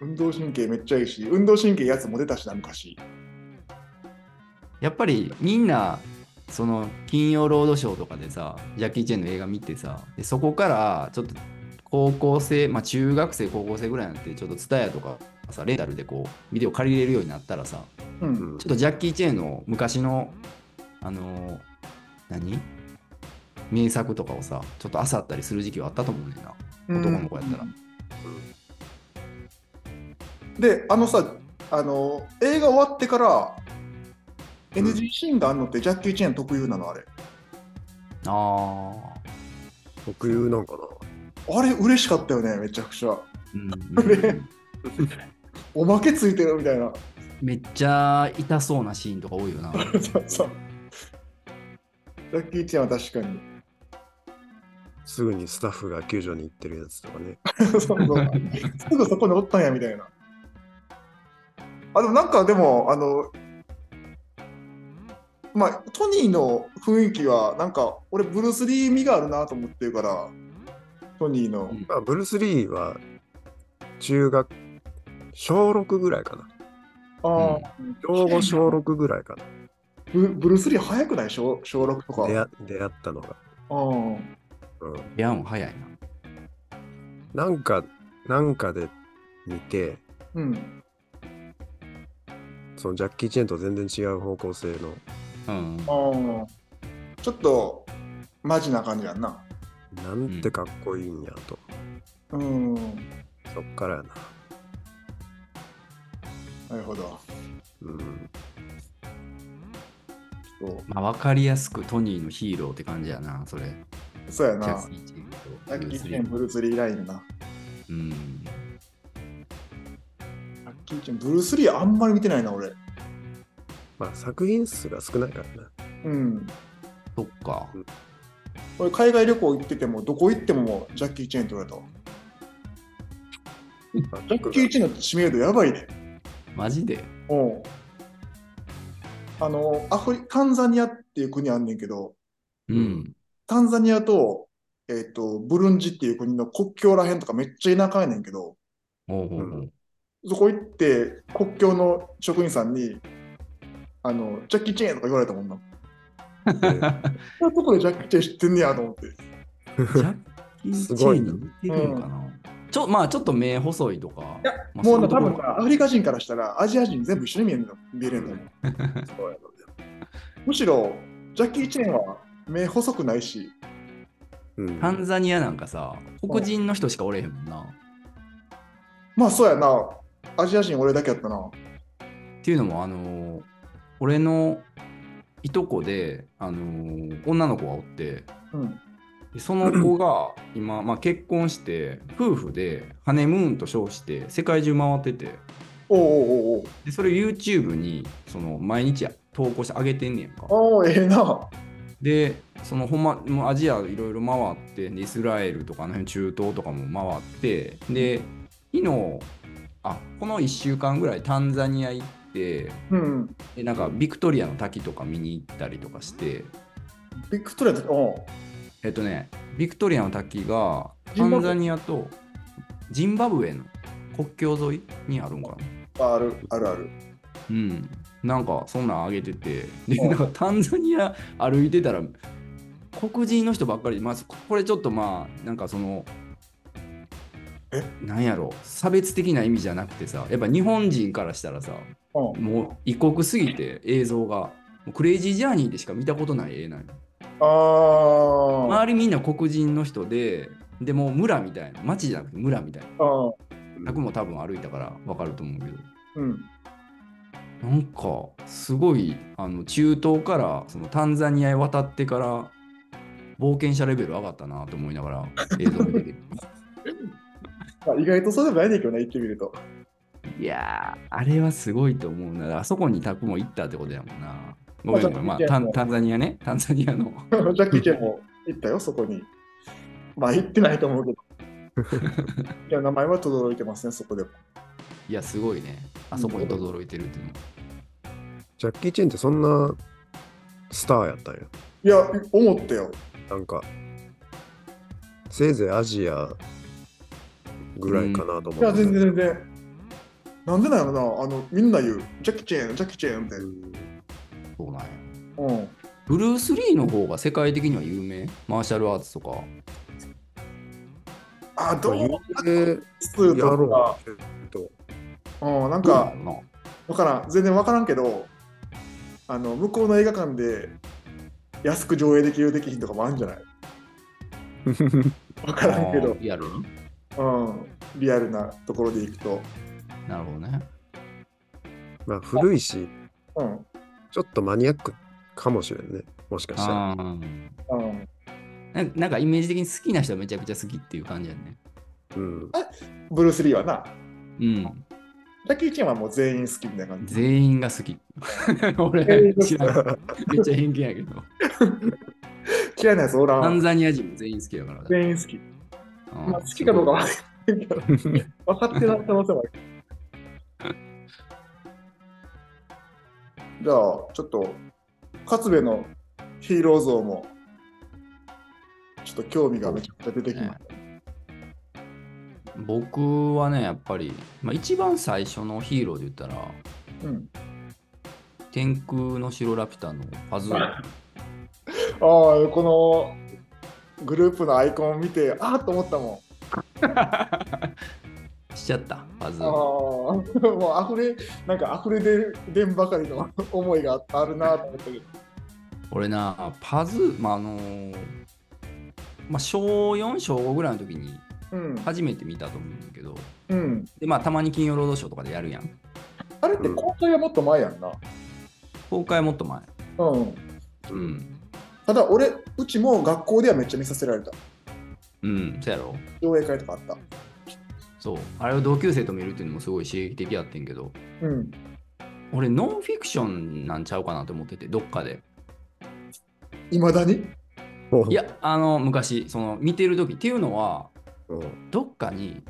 Speaker 3: 運動神経めっちゃいいし、運動神経やつも出たしな、昔。
Speaker 2: やっぱりみんな、その金曜ロードショーとかでさ、ジャッキー・チェンの映画見てさ、でそこからちょっと高校生、まあ中学生、高校生ぐらいになって、ちょっとツタヤとかさ、レンタルでこう、ビデオ借りれるようになったらさ、
Speaker 3: う。
Speaker 1: うんん
Speaker 2: ちょっとジャッキー・チェーンの昔の、あのー何名作とかをさ、ちょっと漁ったりする時期はあったと思うねんな。男の子やったら
Speaker 3: うんで、あのさ、あの、映画終わってから、
Speaker 1: ん
Speaker 3: NG シーンがあるのってジャッキー・チェン特有なの、あれ。
Speaker 2: ああ。
Speaker 1: 特有なんか
Speaker 3: あれ、嬉しかったよね、めちゃくちゃ。
Speaker 2: うん
Speaker 3: れ
Speaker 2: うん
Speaker 3: おまけついてるみたいな。
Speaker 2: めっちゃ痛そうなシーンとか多いよな。
Speaker 3: そうそうジャッキー・チェンは確かに。
Speaker 1: な。すぐにスタッフが救助に行ってるやつとかね。
Speaker 3: そうそうすぐそこにおったんやみたいな。あでもなんかでもあのまあトニーの雰囲気はなんか俺ブルース・リー味があるなと思ってるからトニーの
Speaker 2: うん
Speaker 1: まあ、ブルース・リーは中学小6ぐらいかな
Speaker 3: ああ、
Speaker 1: 小5小6ぐらいか な
Speaker 3: ブブルース・リー早くない小小6とか。
Speaker 1: 出
Speaker 3: あ
Speaker 1: 会出会ったのが、
Speaker 3: あ
Speaker 1: うん、
Speaker 2: 出会うの早いな。
Speaker 1: なんかなんかで見て
Speaker 3: うん。
Speaker 1: そのジャッキー・チェンと全然違う方向性の
Speaker 2: うん。
Speaker 3: ああ。ちょっと、マジな感じやんな。
Speaker 1: なんてかっこいいんやと、
Speaker 3: うん。
Speaker 1: そっからやな
Speaker 3: なるほど。
Speaker 1: うん
Speaker 3: そ
Speaker 2: まあ、分かりやすくトニーのヒーローって感じやな、それ。
Speaker 3: うそうや
Speaker 2: ジャ
Speaker 3: な
Speaker 2: ッ。キー・チェンと
Speaker 3: さっ
Speaker 2: ブルー
Speaker 3: き
Speaker 2: ス
Speaker 3: 一
Speaker 2: リ
Speaker 3: 見
Speaker 2: ー
Speaker 3: ブルース・リーラインな。
Speaker 2: うん。
Speaker 3: さっき一見ブルース・リーあんまり見てないな、俺。
Speaker 1: まあ作品数が少ないからな
Speaker 3: うん。
Speaker 2: そっか。
Speaker 3: 俺、海外旅行行ってても、どこ行ってもジャッキー・チェーンって言われたわ。
Speaker 1: まあ
Speaker 3: ジャッキー・チェーンの知名度やばいで。
Speaker 2: マジで
Speaker 3: うん。あの、アフリ、タンザニアっていう国あんねんけど、
Speaker 2: うん。
Speaker 3: タンザニアと、えっ、と、ブルンジっていう国の国境らへんとかめっちゃ田舎やねんけど、
Speaker 2: おうおうおう
Speaker 1: うん
Speaker 3: そこ行って国境の職員さんに、あの、ジャッキー・チェーンとか言われたも んな。そういうとこでジャッキー・チェーン知ってんねやと思って。
Speaker 2: ジャッキー・チ
Speaker 1: す
Speaker 2: ェ
Speaker 1: ごい
Speaker 2: ン
Speaker 1: な
Speaker 2: に似てるのかな、ちょまあちょっと目細いとか。
Speaker 3: いや
Speaker 2: まあ
Speaker 3: もうな
Speaker 2: そ
Speaker 3: 多
Speaker 2: いと
Speaker 3: 分
Speaker 2: こ
Speaker 3: なアフリカ人からしたらアジア人全部一緒に見えるの見えるんだよ、
Speaker 1: そうやろ
Speaker 3: むしろジャッキー・チェーンは目細くないし、
Speaker 1: うん
Speaker 2: タンザニアなんかさ、黒人の人しかおれへんもんな。
Speaker 3: まあそうやな、アジア人俺だけやったな。
Speaker 2: っていうのも、あのー俺のいとこで、あのー女の子がおって、
Speaker 3: うん。
Speaker 2: でその子が今、まあ、結婚して、夫婦でハネムーンと称して世界中回ってて、
Speaker 3: おうおうおう
Speaker 2: でそれ YouTube にその毎日投稿してあげてんねんか。
Speaker 3: おう。ああ、ええな。
Speaker 2: でそのほんまもうアジアいろいろ回ってでイスラエルとかあの辺中東とかも回ってで昨日あこの1週間ぐらいタンザニア行って
Speaker 3: うん。
Speaker 2: でなんかビクトリアの滝とか見に行ったりとかして
Speaker 3: ビクトリアとおう
Speaker 2: えっとねビクトリアの滝が
Speaker 3: ジ
Speaker 2: タ
Speaker 3: ンバブエ
Speaker 2: ンザニアとジンバブエの国境沿いにあるんかな
Speaker 3: あるあるある。
Speaker 2: うんなんかそんなんあげててで
Speaker 3: うん
Speaker 2: なんかタンザニア 歩いてたら黒人の人ばっかりでまあここれちょっとまあなんかその
Speaker 3: え
Speaker 2: なんやろ差別的な意味じゃなくてさやっぱ日本人からしたらさ
Speaker 3: うん。
Speaker 2: もう異国すぎて映像がもうクレイジージャーニーでしか見たことない絵なんよ
Speaker 3: ああ、
Speaker 2: 周りみんな黒人の人ででもう村みたいな町じゃなくて村みたいな
Speaker 3: あ
Speaker 2: 100も多分歩いたから分かると思うけど
Speaker 3: うん。
Speaker 2: なんかすごいあの中東からそのタンザニアへ渡ってから冒険者レベル上がったなと思いながら映像見 てて
Speaker 3: まあ、意外とそうでもないねんけどね、言ってみると。
Speaker 2: いやーあれはすごいと思うなあそこにタクも行ったってことやもんなごめんごめんまあタンタンザニアねタンザニ アの
Speaker 3: ジャッキー・チェーンも行ったよ、そこに。まあ、行ってないと思うけど。いや、名前は轟いてますね、そこでも。
Speaker 2: いやすごいねあそこに轟いてるっていうの
Speaker 1: ジャッキー・チェンってそんなスターやったんや
Speaker 3: いや、思ったよ。
Speaker 1: なんかせいぜいアジアぐらいかなと思って
Speaker 3: いや、全然全然。なんでなのな、あの、みんな言う、ジャッキー・チェーン、ジャッキー・チェーンみたいな。
Speaker 2: そうなんや
Speaker 3: うん。
Speaker 2: ブルース・リーの方が世界的には有名マーシャルアーツとか
Speaker 3: あ、どう
Speaker 1: まあ言う
Speaker 3: ス
Speaker 1: て
Speaker 3: ー
Speaker 1: や
Speaker 3: と
Speaker 1: ろ
Speaker 3: か、
Speaker 1: うけど
Speaker 3: うん、なん
Speaker 2: どうな
Speaker 3: か
Speaker 2: ん、やろ
Speaker 3: わからん、全然わからんけど、あの、向こうの映画館で安く上映できるできひんとかもあるんじゃ ないわ
Speaker 2: な
Speaker 3: からんけ
Speaker 2: あ
Speaker 3: ど
Speaker 2: ー、リアルに
Speaker 3: うん、リアルなところで行くと。
Speaker 2: なるほどね
Speaker 1: まあ古いし
Speaker 3: うん、
Speaker 1: ちょっとマニアックかもしれんねもしかしたら
Speaker 2: あー
Speaker 3: うん。
Speaker 2: なんかなんかイメージ的に好きな人はめちゃくちゃ好きっていう感じやね。
Speaker 1: うん
Speaker 3: ブルース・リーはな、
Speaker 2: うん。
Speaker 3: ジャッキー・チェーンはもう全員好きみたいな感じ。
Speaker 2: 全員が好き。
Speaker 3: 全員
Speaker 2: 俺
Speaker 3: が好き
Speaker 2: 知らん。めっちゃ偏見やけど。
Speaker 3: 嫌いなやつおら
Speaker 2: タン
Speaker 3: ん。
Speaker 2: ザニア人も全員好きだから。
Speaker 3: 全員好き。
Speaker 2: うん
Speaker 3: まあ、好きかどうかは分からんけど、分かってない可能性もある。じゃあ、ちょっと、勝部のヒーロー像も、ちょっと興味がめちゃくちゃ出てきました。
Speaker 2: 僕はね、やっぱり、まあ、一番最初のヒーローで言ったら、
Speaker 3: うん。
Speaker 2: 天空の城ラピュタのパズーラ。
Speaker 3: ああ、このグループのアイコンを見て、ああと思ったもん。
Speaker 2: しちゃった、パズ
Speaker 3: ああ、
Speaker 2: ー
Speaker 3: もう溢れ、なんか溢れ出る出んばかりの思いがああるなと思ったけど。
Speaker 2: ラ。俺な、パズー、まあ、あのーまあ、小4、小5ぐらいの時に
Speaker 3: うん。
Speaker 2: 初めて見たと思うんだけど、
Speaker 3: うん。
Speaker 2: で、まあ、たまに金曜ロードショーとかでやるやん。
Speaker 3: あれって交代はもっと前やんな。
Speaker 2: 公開もっと前。
Speaker 3: うん。
Speaker 2: うん。
Speaker 3: ただ俺、うちも学校ではめっちゃ見させられた。
Speaker 2: うん、そうやろ
Speaker 3: 上映会とかあった。
Speaker 2: そう。あれを同級生と見るっていうのもすごい刺激的やってんけど、
Speaker 3: うん。
Speaker 2: 俺、ノンフィクションなんちゃうかなと思ってて、どっかで。
Speaker 3: いまだに
Speaker 2: いや、あの、昔、その、見てる時っていうのは、
Speaker 1: うん
Speaker 2: どっかに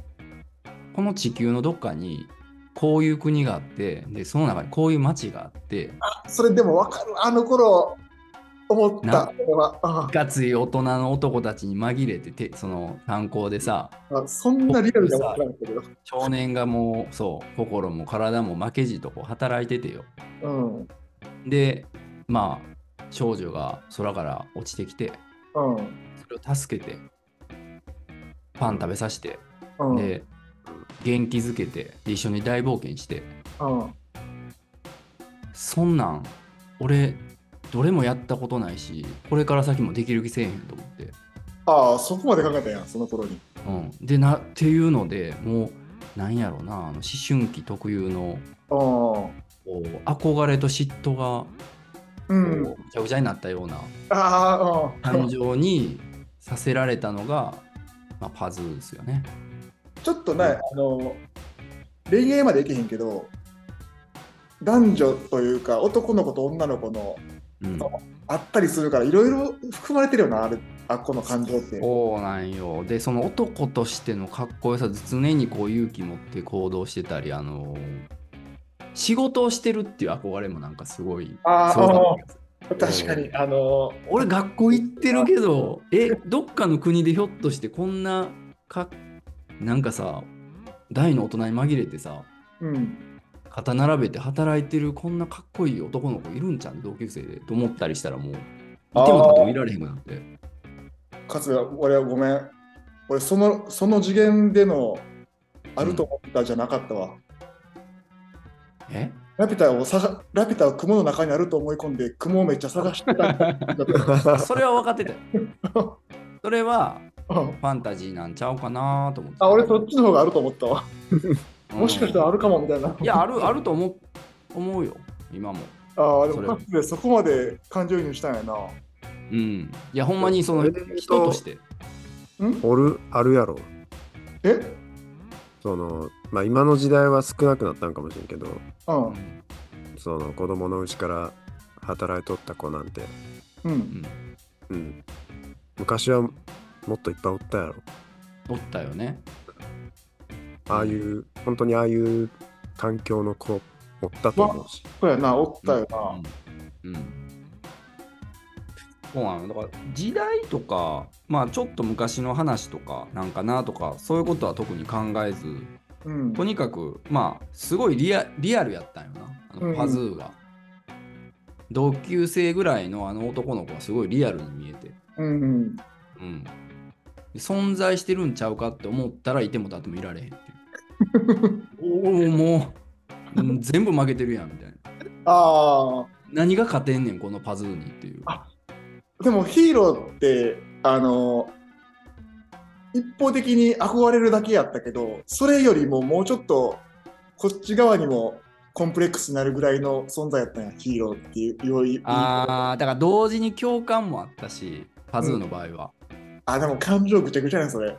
Speaker 2: この地球のどっかにこういう国があってでその中にこういう町があって
Speaker 3: それでもわかる。あの頃、思っ
Speaker 2: な
Speaker 3: た。俺はあ
Speaker 2: いかつい大人の男たちに紛れててその炭鉱でさ
Speaker 3: ああ、そんなリアルじゃわからんけど。
Speaker 2: 少年がもうそう心も体も負けじとこう働いててよ
Speaker 3: うん。うん。
Speaker 2: でまあ少女が空から落ちてきてそれを助けてパン食べさせて
Speaker 3: うん。
Speaker 2: で元気づけてで一緒に大冒険して
Speaker 3: うん。
Speaker 2: そんなん俺どれもやったことないしこれから先もできる気せえへんと思って、
Speaker 3: ああ、そこまで考えたんや、その頃に。
Speaker 2: うん、でなっていうのでもうなんやろうなあの思春期特有の
Speaker 3: う
Speaker 2: こう憧れと嫉妬が
Speaker 3: ん。うん。
Speaker 2: こうぐちゃぐちゃになったような
Speaker 3: ああ、う
Speaker 2: 感
Speaker 3: ん。
Speaker 2: 情にさせられたのが、まあ、パズーですよね。
Speaker 3: ちょっとね、あの、恋愛までいけへんけど、男女というか、男の子と女の子の
Speaker 2: うん、
Speaker 3: あったりするから、いろいろ含まれてるよな、あれ、あこの感情って。
Speaker 2: そうなんよでその男としてのかっこよさ常にこう勇気持って行動してたりあの仕事をしてるっていう憧れもなんかすごい
Speaker 3: あー
Speaker 2: すごかったです
Speaker 3: 確かに、あの、
Speaker 2: 俺学校行ってるけどえどっかの国でひょっとしてこんなかなんかさ大の大人に紛れてさ
Speaker 3: うん。
Speaker 2: 肩並べて働いてるこんなかっこいい男の子いるんちゃう同級生でと思ったりしたらもういてもたってもいられへんくなって
Speaker 3: かつて、俺はごめん。俺、その、その次元での、あると思ったじゃなかったわ。
Speaker 2: え
Speaker 3: ラピュタを探ラピュタを雲の中にあると思い込んで雲をめっちゃ探してたんだ
Speaker 2: それは分かってた よそれは
Speaker 3: うん
Speaker 2: ファンタジーなんちゃうかなと思って。
Speaker 3: あ俺そっちの方があると思ったわ
Speaker 2: うん
Speaker 3: もしかしたらあるかもみたいない
Speaker 2: や、ある、あると思う、思うよ、今も。
Speaker 3: ああで
Speaker 2: それ
Speaker 3: もかつてそこまで感情移入したんやな
Speaker 2: うん。いや、ほんまにその
Speaker 1: それで言うと
Speaker 2: 人として。
Speaker 1: おるあるやろ
Speaker 3: え
Speaker 1: そのまあ今の時代は少なくなったんかもしれんけど
Speaker 3: うん
Speaker 1: その子供のうちから働いとった子なんて、
Speaker 3: うん
Speaker 1: うん、昔はもっといっぱいおったやろ
Speaker 2: おったよね。
Speaker 1: ああいう本当にああいう環境の子おったと思うし
Speaker 3: そうやなおったよな、
Speaker 2: うん。うんそうなのだから時代とか、まあ、ちょっと昔の話とかなんかなとかそういうことは特に考えず
Speaker 3: うん
Speaker 2: とにかくまあすごいリアリアルやったんよなあ
Speaker 3: う
Speaker 2: の
Speaker 3: ん
Speaker 2: パズーが、同級生ぐらいのあの男の子はすごいリアルに見えて
Speaker 3: うんうん
Speaker 2: うん、存在してるんちゃうかって思ったらいてもたってもいられへんって いうおおもううん全部負けてるやんみたいな
Speaker 3: あ
Speaker 2: 何が勝てんねんこのパズーにっていう
Speaker 3: ああでもヒーローってあの一方的に憧れるだけやったけどそれよりももうちょっとこっち側にもコンプレックスになるぐらいの存在やったんやヒーローっていうよい
Speaker 2: あーだから同時に共感もあったしパズーの場合は、
Speaker 3: あでも感情ぐちゃぐちゃやねそれ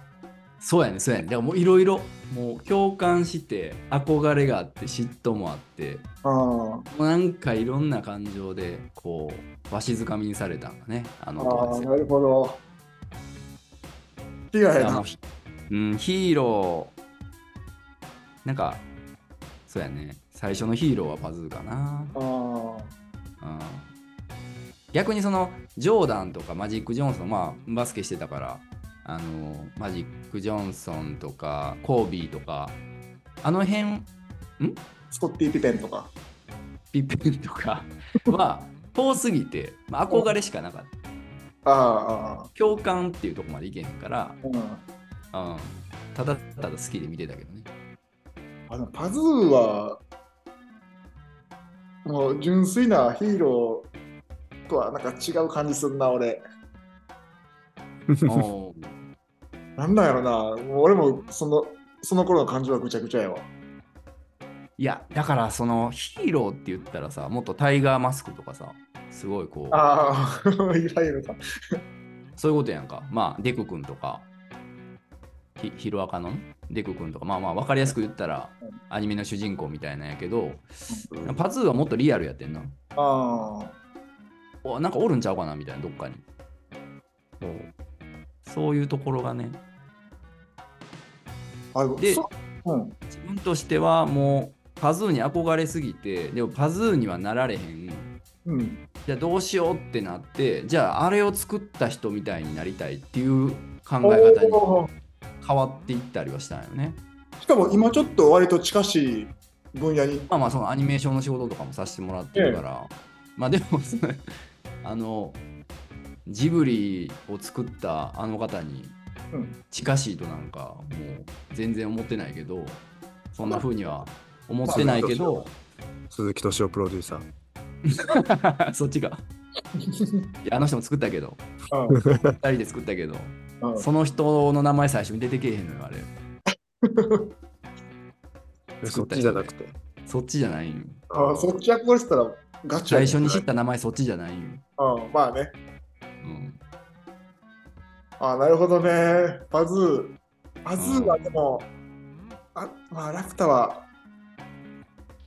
Speaker 2: そうやねそうやねだからもういろいろもう共感して憧れがあって嫉妬もあって
Speaker 3: あー
Speaker 2: もうなんかいろんな感情でこうわしづかみにされたんだねあ
Speaker 3: あ
Speaker 2: の男です
Speaker 3: ー
Speaker 2: よ
Speaker 3: なるほど違うや
Speaker 2: いやも
Speaker 3: な
Speaker 2: うひうん、ヒーロー、なんか、そうやね、最初のヒーローはパズーかな。
Speaker 3: あー
Speaker 2: うん、逆にその、ジョーダンとかマジック・ジョンソン、まあ、バスケしてたから、あのマジック・ジョンソンとかコービーとかあの辺
Speaker 3: スコッティ・ピペンとか。
Speaker 2: ピッペンとかは遠すぎて、まあ、憧れしかなかった
Speaker 3: ああ、ああ、
Speaker 2: 共感っていうとこまでいけへんから、
Speaker 3: うん。
Speaker 2: うん、ただただ好きで見てたけどね
Speaker 3: あのパズーは、もう純粋なヒーローとはなんか違う感じすんな、俺。
Speaker 2: おー
Speaker 3: なんなんやろな、もう俺もそのその頃の感情はぐちゃぐちゃやわ。
Speaker 2: いやだからそのヒーローって言ったらさもっとタイガーマスクとかさすごいこう
Speaker 3: ああ、 いわゆるな。
Speaker 2: そういうことやんかまあデク君とかひヒロアカのデク君とかまあまあ分かりやすく言ったら
Speaker 3: うん
Speaker 2: アニメの主人公みたいなんやけど
Speaker 1: うん
Speaker 2: パズーはもっとリアルやってんな
Speaker 3: ああ、
Speaker 2: おなんかおるんちゃうかなみたいなどっかにそうそういうところがね
Speaker 3: あ
Speaker 2: で
Speaker 3: そうん、
Speaker 2: 自分としてはもうパズーに憧れすぎてでもパズーにはなられへん
Speaker 3: うん、
Speaker 2: じゃあどうしようってなってじゃああれを作った人みたいになりたいっていう考え方に
Speaker 3: おー
Speaker 2: 変わっていったりはしたんよね
Speaker 3: しかも今ちょっと割と近しい分野に。
Speaker 2: まあまあそのアニメーションの仕事とかもさせてもらってるから、まあでもその あのジブリを作ったあの方に
Speaker 3: うん
Speaker 2: 近しいとなんかもう全然思ってないけどそんな風には思ってないけど、
Speaker 1: 鈴木敏夫プロデューサー。
Speaker 2: そっちがいやあの人も作ったけど2人で作ったけど
Speaker 3: うんうん
Speaker 2: その人の名前最初に出てけえへんのよあれ
Speaker 1: え
Speaker 2: 作
Speaker 1: そ
Speaker 2: っ
Speaker 1: ったちじゃなくて。
Speaker 2: そっちじゃないんよ
Speaker 3: あーそっち役割したらガチや
Speaker 2: 最
Speaker 3: ね
Speaker 2: 初に知った名前そっちじゃないんよ、
Speaker 3: うん、まあね。
Speaker 2: うん、
Speaker 3: あーなるほどね。パズー。パズーはでも、あまあ、ラクタは、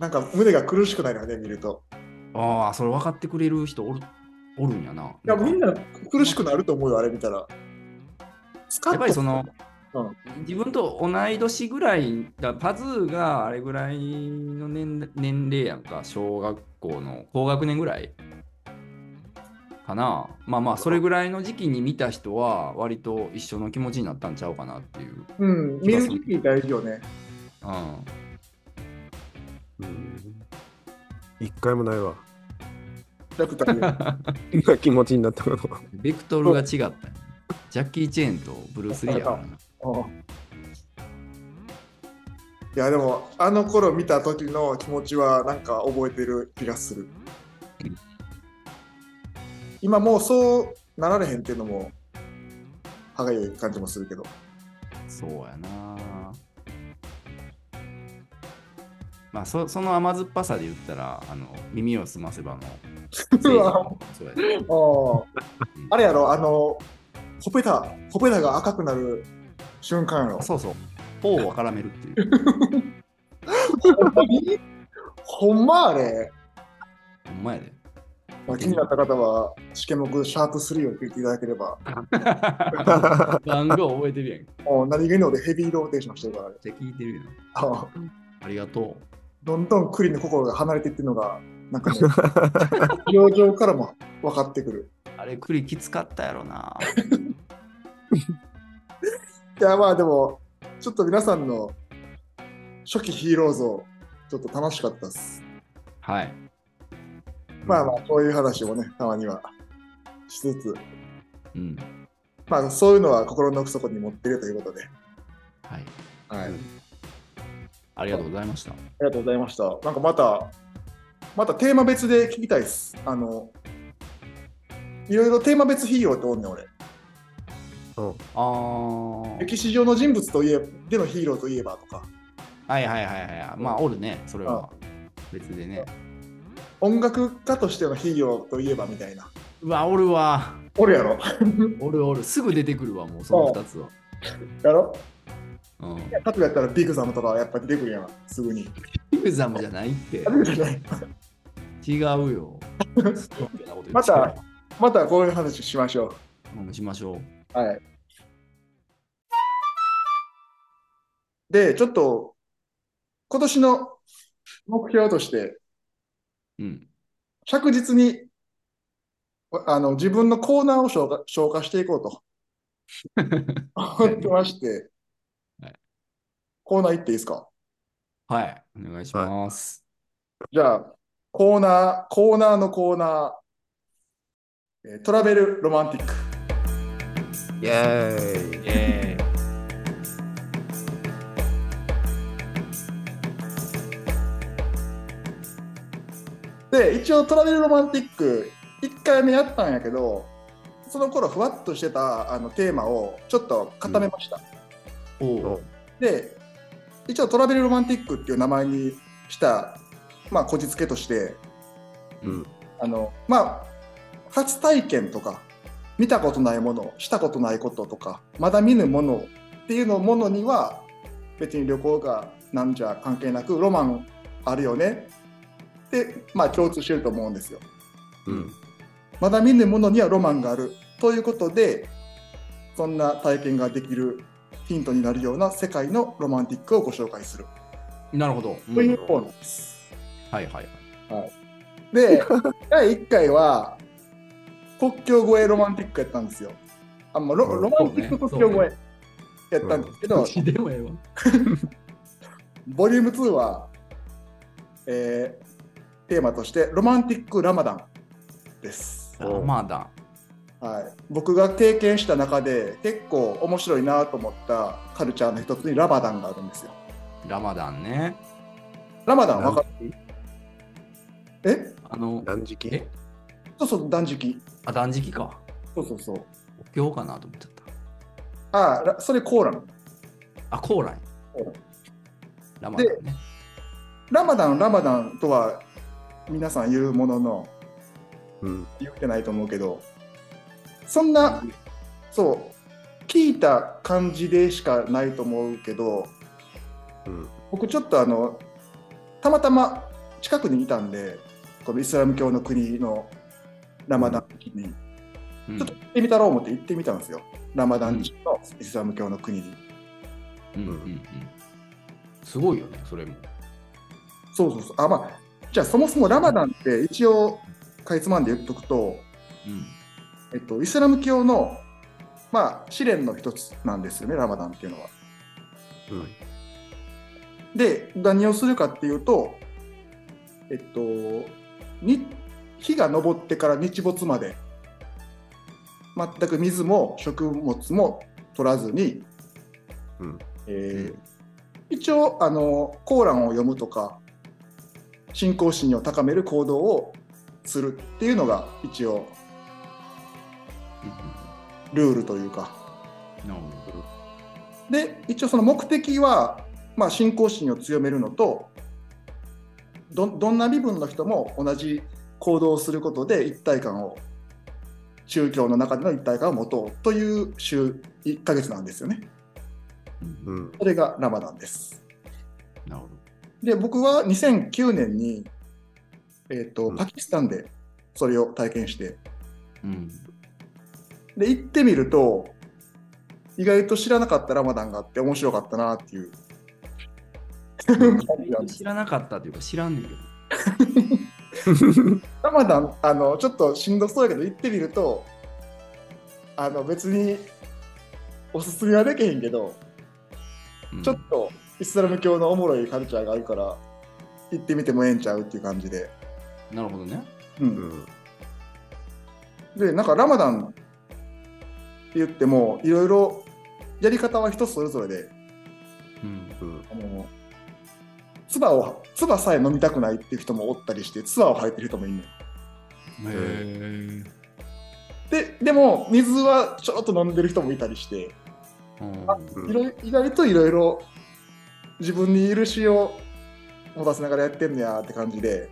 Speaker 3: なんか胸が苦しくなるよね、見ると。
Speaker 2: ああそれ分かってくれる人おるおるんやない
Speaker 3: や、
Speaker 2: んか
Speaker 3: みんな苦しくなると思うよ、あれ見たら。使
Speaker 2: やっぱりその、
Speaker 3: うん
Speaker 2: 自分と同い年ぐらいだパズーがあれぐらいの年年齢やんか小学校の高学年ぐらいかなまあまあそれぐらいの時期に見た人は割と一緒の気持ちになったんちゃうかなっていう、
Speaker 3: うん、見る時期大事よね。
Speaker 2: うん、
Speaker 1: うん一回もないわ。
Speaker 3: ラクタに。
Speaker 1: 今気持ちになったこと。
Speaker 2: ベクトルが違ったんやジャッキー・チェーンとブルース・リーやからな
Speaker 3: うんいやでもあの頃見た時の気持ちはなんか覚えてる気がする
Speaker 2: うん
Speaker 3: 今もうそうなられへんっていうのも歯がゆい感じもするけど
Speaker 2: そうやなまあそその甘酸っぱさで言ったらあの耳をすませば の
Speaker 3: うわ
Speaker 2: そうやね
Speaker 3: ああれやろあのほっぺたほっぺたが赤くなる瞬間 やろ
Speaker 2: あそうそう頬を絡めるって いう
Speaker 3: ほんまにほんまあれ、
Speaker 2: ほんま やで
Speaker 3: まあ、気になった方は試験目シャープ3を聞いていただければ
Speaker 2: 番号覚えてるやん
Speaker 3: もう何気に俺ヘビーローテーションしてるからあれ
Speaker 2: じゃ聞いてるやん
Speaker 3: あ
Speaker 2: ありがと
Speaker 3: どんどん栗の心が離れていってるのが、なんかね、表情からも分かってくる。
Speaker 2: うあれ栗きつかったやろ ない
Speaker 3: や、まあでも、ちょっと皆さんの初期ヒーロー像、ちょっと楽しかったです。
Speaker 2: はい
Speaker 3: まあまあ、こういう話をね、たまにはしつつ、
Speaker 2: うん
Speaker 3: まあそういうのは心の奥底に持ってるということで、
Speaker 2: はい
Speaker 3: はい、あり
Speaker 2: ありがとうございました
Speaker 3: がとうございました。なんかまた、またテーマ別で聞きたいです。あの、いろいろテーマ別ヒーローっておんねん、俺。
Speaker 1: うん
Speaker 2: あー
Speaker 3: 歴史上の人物といえでのヒーローといえばとか。
Speaker 2: はいはいはいはいまあおるねそれは別でね
Speaker 3: 音楽家としてのヒーローといえばみたいな。
Speaker 2: うわおるわ
Speaker 3: おるやろ
Speaker 2: おるおるすぐ出てくるわもうその2つは、
Speaker 3: やろ
Speaker 2: うん、
Speaker 3: かとやったらビッグサムとかはやっぱ出てくるやん、すぐ に。
Speaker 2: ビグザムじゃないって
Speaker 3: あビッグサムじゃない
Speaker 2: 違うよストーリーなこと言って
Speaker 3: またまたこういう話しましょ
Speaker 2: うんしましょう
Speaker 3: う。はい。で、ちょっと、今年の目標として、
Speaker 2: うん
Speaker 3: 着実にあの自分のコーナーを消化消化していこうと。 思ってまして
Speaker 2: はい、
Speaker 3: コーナー行っていいですか
Speaker 2: はい、お願いします。
Speaker 3: じゃあ、コーナー、コーナーのコーナー、えートラベルロマンティック。
Speaker 1: イェーイ。
Speaker 2: えー
Speaker 3: で、一応トラベルロマンティック、1回目やったんやけど、その頃ふわっとしてたあのテーマをちょっと固めました。
Speaker 2: おう
Speaker 3: で、一応トラベルロマンティックっていう名前にした、まあ、こじつけとして、
Speaker 1: うん。
Speaker 3: あの、まあ、初体験とか、見たことないもの、したことないこととか、まだ見ぬものっていうのものには、別に旅行がなんじゃ関係なく、ロマンあるよねって、まあ、共通してると思うんですよ。
Speaker 1: うん。
Speaker 3: まだ見ぬものにはロマンがあるということで、そんな体験ができるヒントになるような世界のロマンティックをご紹介する
Speaker 2: なるほど。うん
Speaker 3: というコーナーです。
Speaker 2: はいはい。
Speaker 3: で、第1回は、国境越えロマンティックやったんですよ。あもうロ
Speaker 1: うん
Speaker 3: ロマンティック国境越えやったんですけど、
Speaker 2: でもええわ。
Speaker 3: ボリューム2は、えーテーマとして、ロマンティックラマダンです。
Speaker 1: おう
Speaker 2: まだ。
Speaker 3: はい、僕が経験した中で、結構面白いなと思ったカルチャーの一つにラマダンがあるんですよ。
Speaker 2: ラマダンね。
Speaker 3: ラマダンわかるえ
Speaker 2: あの、
Speaker 1: 断食
Speaker 2: え
Speaker 3: そうそう、断食。
Speaker 2: あ、断食か。
Speaker 3: そうそうそう。
Speaker 2: お経かなと思っちゃった。
Speaker 3: ああ、らそれコーラン。
Speaker 2: あ、コーラン
Speaker 3: コーラン。
Speaker 2: ラマダンね。
Speaker 3: ラマダン、ラマダンとは皆さん言うものの、
Speaker 1: うん。
Speaker 3: 言ってないと思うけど、そんな、そう、聞いた感じでしかないと思うけど、
Speaker 1: うん。
Speaker 3: 僕ちょっとあの、たまたま近くにいたんで、このイスラム教の国のラマダン期に、
Speaker 2: うん
Speaker 3: ちょっと行ってみたろう思って行ってみたんですよ。ラマダン期のイスラム教の国に。
Speaker 2: うんうんうん。すごいよね、それも。
Speaker 3: そうそうそう。あ、まあ、じゃあそもそもラマダンって一応、かいつまんで言っとくと、
Speaker 2: うん。
Speaker 3: えっと、イスラム教の、まあ、試練の一つなんですよね、ラマダンっていうのは。
Speaker 1: うん。
Speaker 3: で、何をするかっていうと、えっと、に日が昇ってから日没まで、全く水も食物も取らずに、
Speaker 1: うん
Speaker 3: えー一応あの、コーランを読むとか、信仰心を高める行動をするっていうのが、一応、ルールというか、
Speaker 2: なるほ
Speaker 3: で一応その目的は、まあ、信仰心を強めるのとどどんな身分の人も同じ行動をすることで一体感を宗教の中での一体感を持とうという週1ヶ月なんですよね。
Speaker 1: う
Speaker 2: ど。うん
Speaker 1: ん。
Speaker 3: それがラマダンです。
Speaker 2: なるほど。
Speaker 3: で僕は2009年に、えー、と
Speaker 1: うん
Speaker 3: パキスタンでそれを体験して
Speaker 2: うん。
Speaker 3: で行ってみると意外と知らなかったラマダンがあって面白かったなっていう。
Speaker 2: 意外と知らなかったというか、知らんねんけど。
Speaker 3: ラマダンあのちょっとしんどそうやけど行ってみるとあの別におすすめはできへんけど、
Speaker 2: うん
Speaker 3: ちょっとイスラム教のおもろいカルチャーがあるから行ってみてもええんちゃうっていう感じで、
Speaker 2: なるほどね。
Speaker 3: うん
Speaker 1: うん。
Speaker 3: でなんかラマダンって言ってもいろいろやり方は人それぞれで
Speaker 2: う
Speaker 1: う
Speaker 2: ん。
Speaker 1: ん。
Speaker 3: あの唾を唾さえ飲みたくないっていう人もおったりして唾を吐いてる人もいるのよ
Speaker 2: へえ。
Speaker 3: ででも水はちょろっと飲んでる人もいたりして。
Speaker 2: うん
Speaker 3: いろい意外といろいろ自分に許しを持たせながらやってんのやって感じで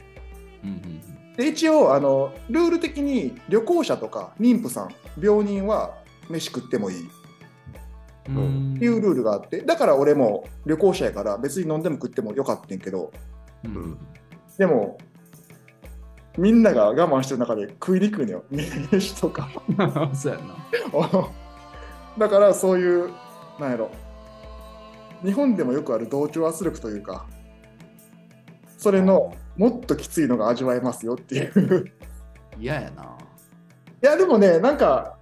Speaker 2: うん
Speaker 3: で一応あのルール的に旅行者とか妊婦さん病人は飯食ってもいいっ
Speaker 2: うんうん。
Speaker 3: ていうルールがあってだから俺も旅行者やから別に飲んでも食ってもよかったんけど
Speaker 2: うんうん
Speaker 3: でもみんなが我慢してる中で食いにくいのよ 飯とか
Speaker 2: そうやんな。
Speaker 3: だからそういうなんやろ日本でもよくある同調圧力というかそれのもっときついのが味わえますよっていう。
Speaker 2: 嫌やな。
Speaker 3: いや、でもね、なんか、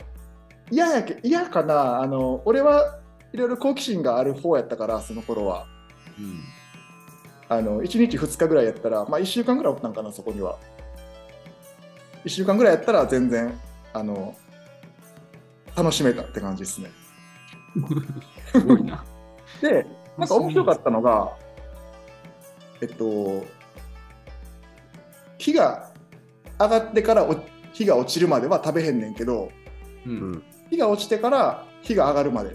Speaker 3: 嫌やけ嫌かなあの俺はいろいろ好奇心がある方やったからその頃は
Speaker 2: うん。
Speaker 3: あの1日2日ぐらいやったら、まあ、1週間ぐらいおったんかなそこには1週間ぐらいやったら全然あの楽しめたって感じですね
Speaker 2: すごいな。
Speaker 3: でなんか面白かったのがえっと火が上がってからお火が落ちるまでは食べへんねんけど
Speaker 2: う。
Speaker 1: うんん
Speaker 3: 火が落ちてから火が上がるまで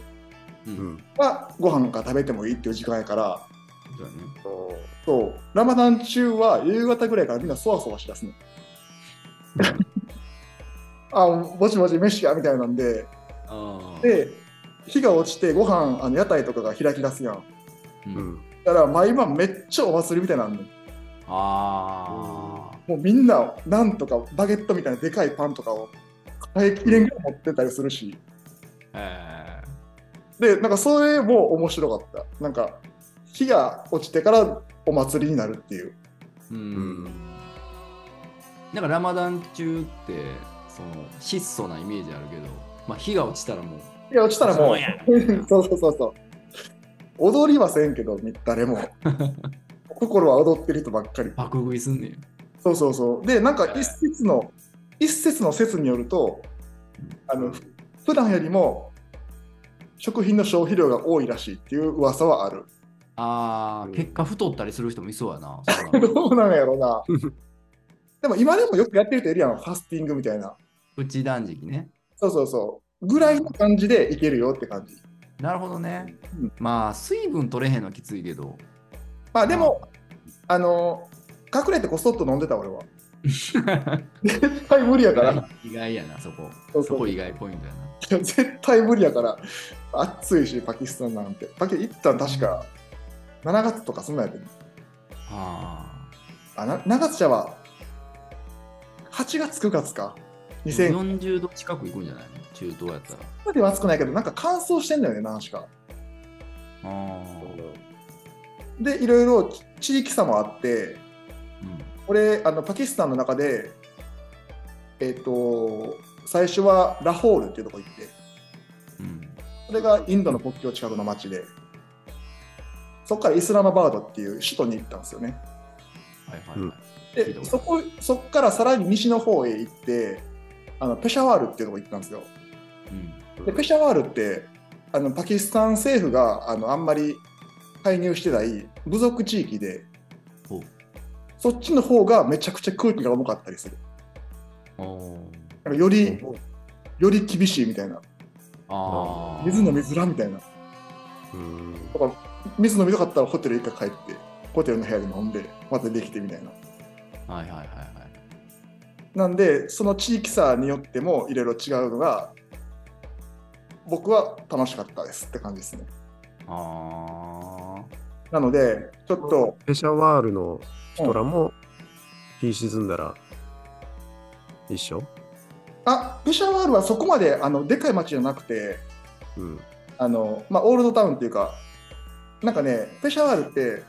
Speaker 1: う
Speaker 2: う。
Speaker 1: んん
Speaker 3: はご飯が食べてもいいっていう時間やから
Speaker 2: そうだね。
Speaker 3: そうラマダン中は夕方ぐらいからみんなそわそわしだす ねあぼちぼち飯やみたいなんで
Speaker 2: ああ。
Speaker 3: で火が落ちてご飯あの屋台とかが開き出すやん
Speaker 2: う。
Speaker 1: うんん
Speaker 3: だから毎晩めっちゃお祭りみたいなのあんねん
Speaker 2: ああ。
Speaker 3: もうみんななんとかバゲットみたいなでかいパンとかを買いきれんぐらい持ってたりするし
Speaker 2: え
Speaker 3: でなんかそれも面白かったなんか火が落ちてからお祭りになるっていう
Speaker 2: えう
Speaker 1: ん。
Speaker 2: んなんかラマダン中って、その質素なイメージあるけど、まあ火が落ちたらもう。
Speaker 3: 火が落ちたらもう
Speaker 2: そうや
Speaker 3: そうそうそうそう踊りはせんけどみ誰 も心は踊ってる人ばっかり
Speaker 2: 爆食いすんねん。
Speaker 3: そうそうそうでなんか
Speaker 2: はい
Speaker 3: 一説の一説の説によるとあの普段よりも食品の消費量が多いらしいっていう噂はある
Speaker 2: あ
Speaker 1: う
Speaker 2: あ、
Speaker 1: ん
Speaker 2: 結果太ったりする人もいそう やな。そうなの
Speaker 3: どうなんやろな。でも今でもよくやってる人いるやん、ファスティングみたいな。
Speaker 2: プチ断食ね。
Speaker 3: そうそうそう。ぐらいの感じでいけるよって感じ。
Speaker 2: なるほどね
Speaker 3: うん。
Speaker 2: まあ、水分取れへんのはきついけ ど。
Speaker 3: まあでも、あの、隠れてこそっと飲んでた俺は。絶対無理やから。
Speaker 2: 意外やな、そこ。
Speaker 3: そうそう
Speaker 2: そこ意外ポイントやな。
Speaker 3: 絶対無理やから。暑いし、パキスタンなんて。パキ一旦確か7月とかそんなんやってん
Speaker 2: あ
Speaker 3: あ、な7月じゃわ。8月9月か。
Speaker 2: あ。
Speaker 3: 2000
Speaker 2: 40度近くいくんじゃないの中東やったら。
Speaker 3: までは暑くないけど、なんか乾燥してんだよね、確か。
Speaker 2: ああ。
Speaker 3: で、いろいろ地域差もあって、
Speaker 2: うん。
Speaker 3: 俺あのパキスタンの中でえっ、と最初はラホールっていうとこ行って
Speaker 2: うん。
Speaker 3: それがインドの国境近くの町でそこからイスラマバードっていう首都に行ったんですよね
Speaker 2: はいはい
Speaker 1: うん
Speaker 2: はい。聞いた
Speaker 3: で
Speaker 2: こと
Speaker 3: そこそこからさらに西の方へ行ってあのペシャワールっていうとこ行ったんですよ
Speaker 2: うん。
Speaker 3: でペシャワールってあのパキスタン政府があのあんまり介入してない部族地域で
Speaker 2: ほう
Speaker 3: そっちの方がめちゃくちゃ空気が重かったりする
Speaker 2: お
Speaker 3: なんかよりより厳しいみたいな
Speaker 2: ああ。
Speaker 3: 水飲みづらみたいな
Speaker 1: うん
Speaker 3: 水飲みたかったらホテル一回帰ってホテルの部屋で飲んでまたできてみたいな
Speaker 2: はいはいはいはい。
Speaker 3: なんでその地域差によってもいろいろ違うのが僕は楽しかったですって感じですね
Speaker 2: あ
Speaker 3: なのでちょっと
Speaker 1: ペシャワールの人
Speaker 3: うん
Speaker 1: らも日沈んだら一緒
Speaker 3: あペシャワールはそこまであのでかい町じゃなくて
Speaker 1: うん
Speaker 3: あの、まあ、オールドタウンっていうかなんかねペシャワールって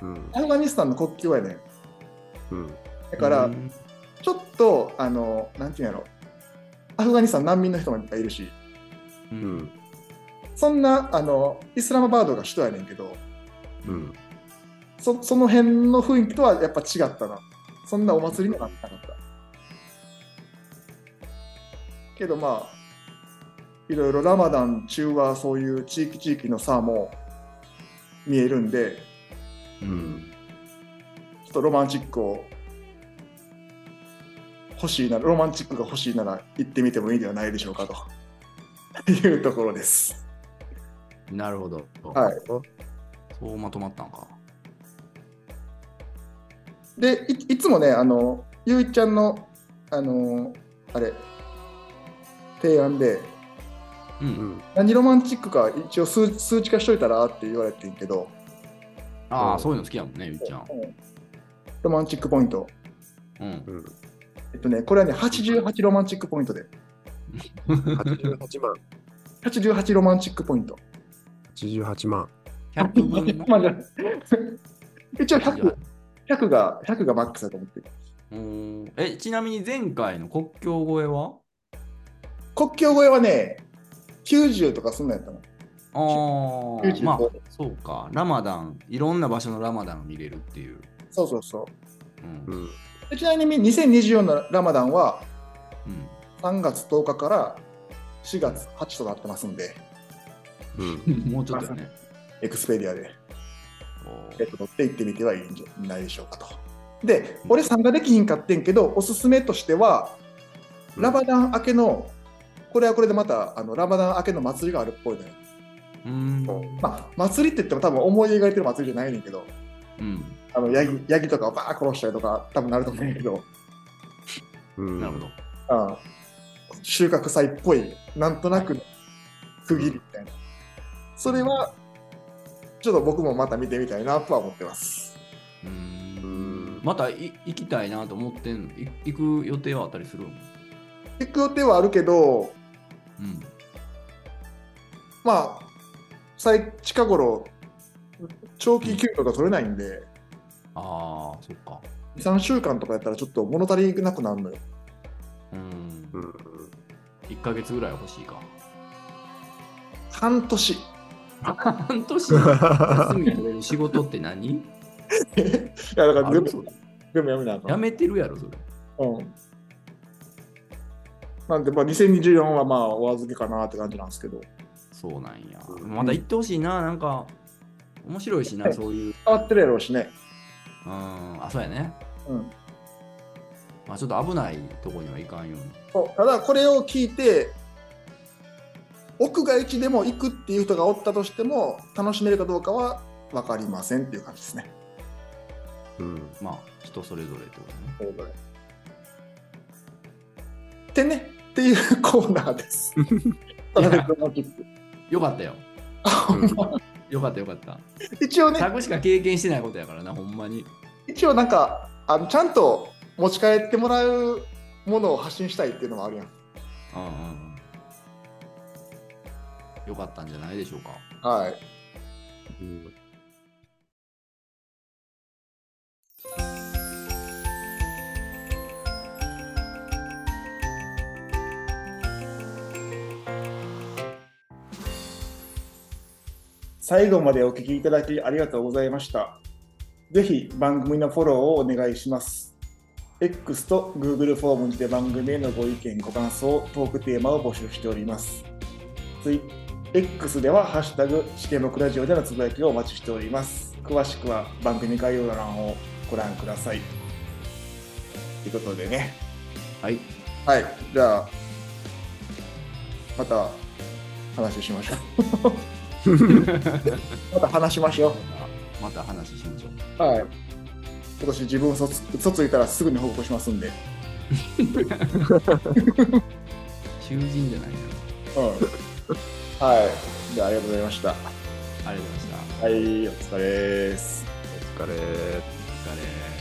Speaker 1: うん
Speaker 3: アフガニスタンの国境やねん
Speaker 1: うん
Speaker 3: だ
Speaker 2: あ。
Speaker 3: から
Speaker 2: うん
Speaker 3: ちょっとあのなんていうんやろアフガニスタン難民の人もいっぱいいるし
Speaker 1: う
Speaker 2: う。
Speaker 1: んん
Speaker 3: そんなあのイスラマバードが首都やねんけど
Speaker 1: うん
Speaker 3: そその辺の雰囲気とはやっぱ違ったなそんなお祭りにはなってなかったけどまあいろいろラマダン中はそういう地域地域の差も見えるんで
Speaker 2: うん。
Speaker 3: ちょっとロマンチックを欲しいならロマンチックが欲しいなら行ってみてもいいではないでしょうかというところです
Speaker 2: なるほど。
Speaker 3: はい
Speaker 2: そうまとまったんか。
Speaker 3: でいいつもねあのゆういちゃんのあのあれ提案で
Speaker 1: う
Speaker 2: う。
Speaker 1: んん
Speaker 3: 何ロマンチックか一応数数値化しといたらって言われてんけど
Speaker 2: ああ、そういうの好きやもんね、ゆっちゃん。
Speaker 3: ロマンチックポイント
Speaker 2: うん。
Speaker 1: うん
Speaker 3: えっとねこれはね88ロマンチックポイントで
Speaker 1: 88万
Speaker 3: 88ロマンチックポイント
Speaker 1: 88万
Speaker 2: 100分の。
Speaker 3: まあじゃあ一応100 100が100がマックスだと思ってる
Speaker 2: うんえ、ちなみに前回の国境越えは
Speaker 3: 国境越えはね、90とかそんなんやったの。
Speaker 2: あー
Speaker 3: 95
Speaker 2: まあ、そうか。ラマダン、いろんな場所のラマダンを見れるっていう。
Speaker 3: そうそうそう
Speaker 2: うん。
Speaker 1: うん。
Speaker 3: で。ちなみに2024のラマダンは
Speaker 2: うん
Speaker 3: 3月10日から4月8日となってますんで、
Speaker 1: うん。
Speaker 2: もうちょっとや ね。
Speaker 3: エクスペディアで
Speaker 2: お
Speaker 3: えっと取って行ってみてはいいんじゃないでしょうかと。で、俺参加できひんかってんけど、おすすめとしては、ラバダン明けの、これはこれでまたあのラバダン明けの祭りがあるっぽいのよ。
Speaker 2: うん。
Speaker 3: まあ、祭りって言っても多分思い描いてる祭りじゃないねんけど、
Speaker 2: うん。
Speaker 3: あのヤギヤギとかをバーッ殺したりとか多分なると思うんやけど、
Speaker 1: うん。
Speaker 2: なるほど。
Speaker 3: うん収穫祭っぽい、なんとなくの区切りみたいな。それは、ちょっと僕もまた見てみたいなとは思ってます。
Speaker 2: う。
Speaker 1: うんん。
Speaker 2: またい行きたいなと思ってんのい行く予定はあったりするの
Speaker 3: 行く予定はあるけど、
Speaker 2: うん。
Speaker 3: まあ、最近頃、長期休暇が取れないんで、
Speaker 2: ああ、そっか。
Speaker 3: 3週間とかやったらちょっと物足りなくなるのよ。
Speaker 2: うん
Speaker 1: う。ん。
Speaker 2: 1ヶ月ぐらいは欲しいか。
Speaker 3: 半年。
Speaker 2: 半年休み取れる仕事って何
Speaker 3: いや、だから
Speaker 2: あ
Speaker 3: 全
Speaker 2: る
Speaker 3: 部
Speaker 2: それ
Speaker 3: 全部やめなあかん
Speaker 2: やめてるやろ、それ。
Speaker 3: うん。なんで、まあ、2024はまあ、お預けかなって感じなんですけど。
Speaker 2: そうなんや。
Speaker 1: うん
Speaker 2: まだ行ってほしいな、なんか、面白いし
Speaker 3: は
Speaker 2: な、
Speaker 3: い
Speaker 2: そういう。
Speaker 3: 変わってるやろうしね。
Speaker 2: うん、あ、そうやね。
Speaker 3: うん。
Speaker 2: まあ、ちょっと危ないとこにはいかんように。
Speaker 3: そうただ、これを聞いて、屋外地でも行くっていう人がおったとしても、楽しめるかどうかは分かりませんっていう感じですね。
Speaker 1: うん。
Speaker 2: まあ、人それぞれってことね。
Speaker 3: ってね、っていうコーナー です。
Speaker 2: いや
Speaker 3: 田辺君のキック
Speaker 2: よかったよ。
Speaker 1: うん
Speaker 2: よかったよかった。
Speaker 3: 一応ね、
Speaker 2: タグしか経験してないことやからな、ほんまに。
Speaker 3: 一応なんか、あのちゃんと持ち帰ってもらうものを発信したいっていうのもあるやん。
Speaker 2: うんうんうん。よかったんじゃないでしょうか。
Speaker 3: はい。
Speaker 1: うん
Speaker 3: 最後までお聞きいただきありがとうございました。ぜひ番組のフォローをお願いします。X と Google フォームにて番組へのご意見、ご感想、トークテーマを募集しております。ツイ X では「ハッシュタグしけもくラジオ」でのつぶやきをお待ちしております。詳しくは番組概要欄をご覧ください。ということでね、
Speaker 2: はい。
Speaker 3: はい、じゃあ、また話しましょ う。また話しましょう。
Speaker 2: また話しましょう。
Speaker 3: はい。今年自分嘘つ嘘ついたらすぐに報告しますんで。
Speaker 2: 囚人じゃないな。
Speaker 3: うん。 はい。じゃあありがとうございました。は
Speaker 2: ありがとうございまし
Speaker 3: い、
Speaker 2: た。
Speaker 3: お疲れです。
Speaker 1: お疲れ。
Speaker 2: お疲れ。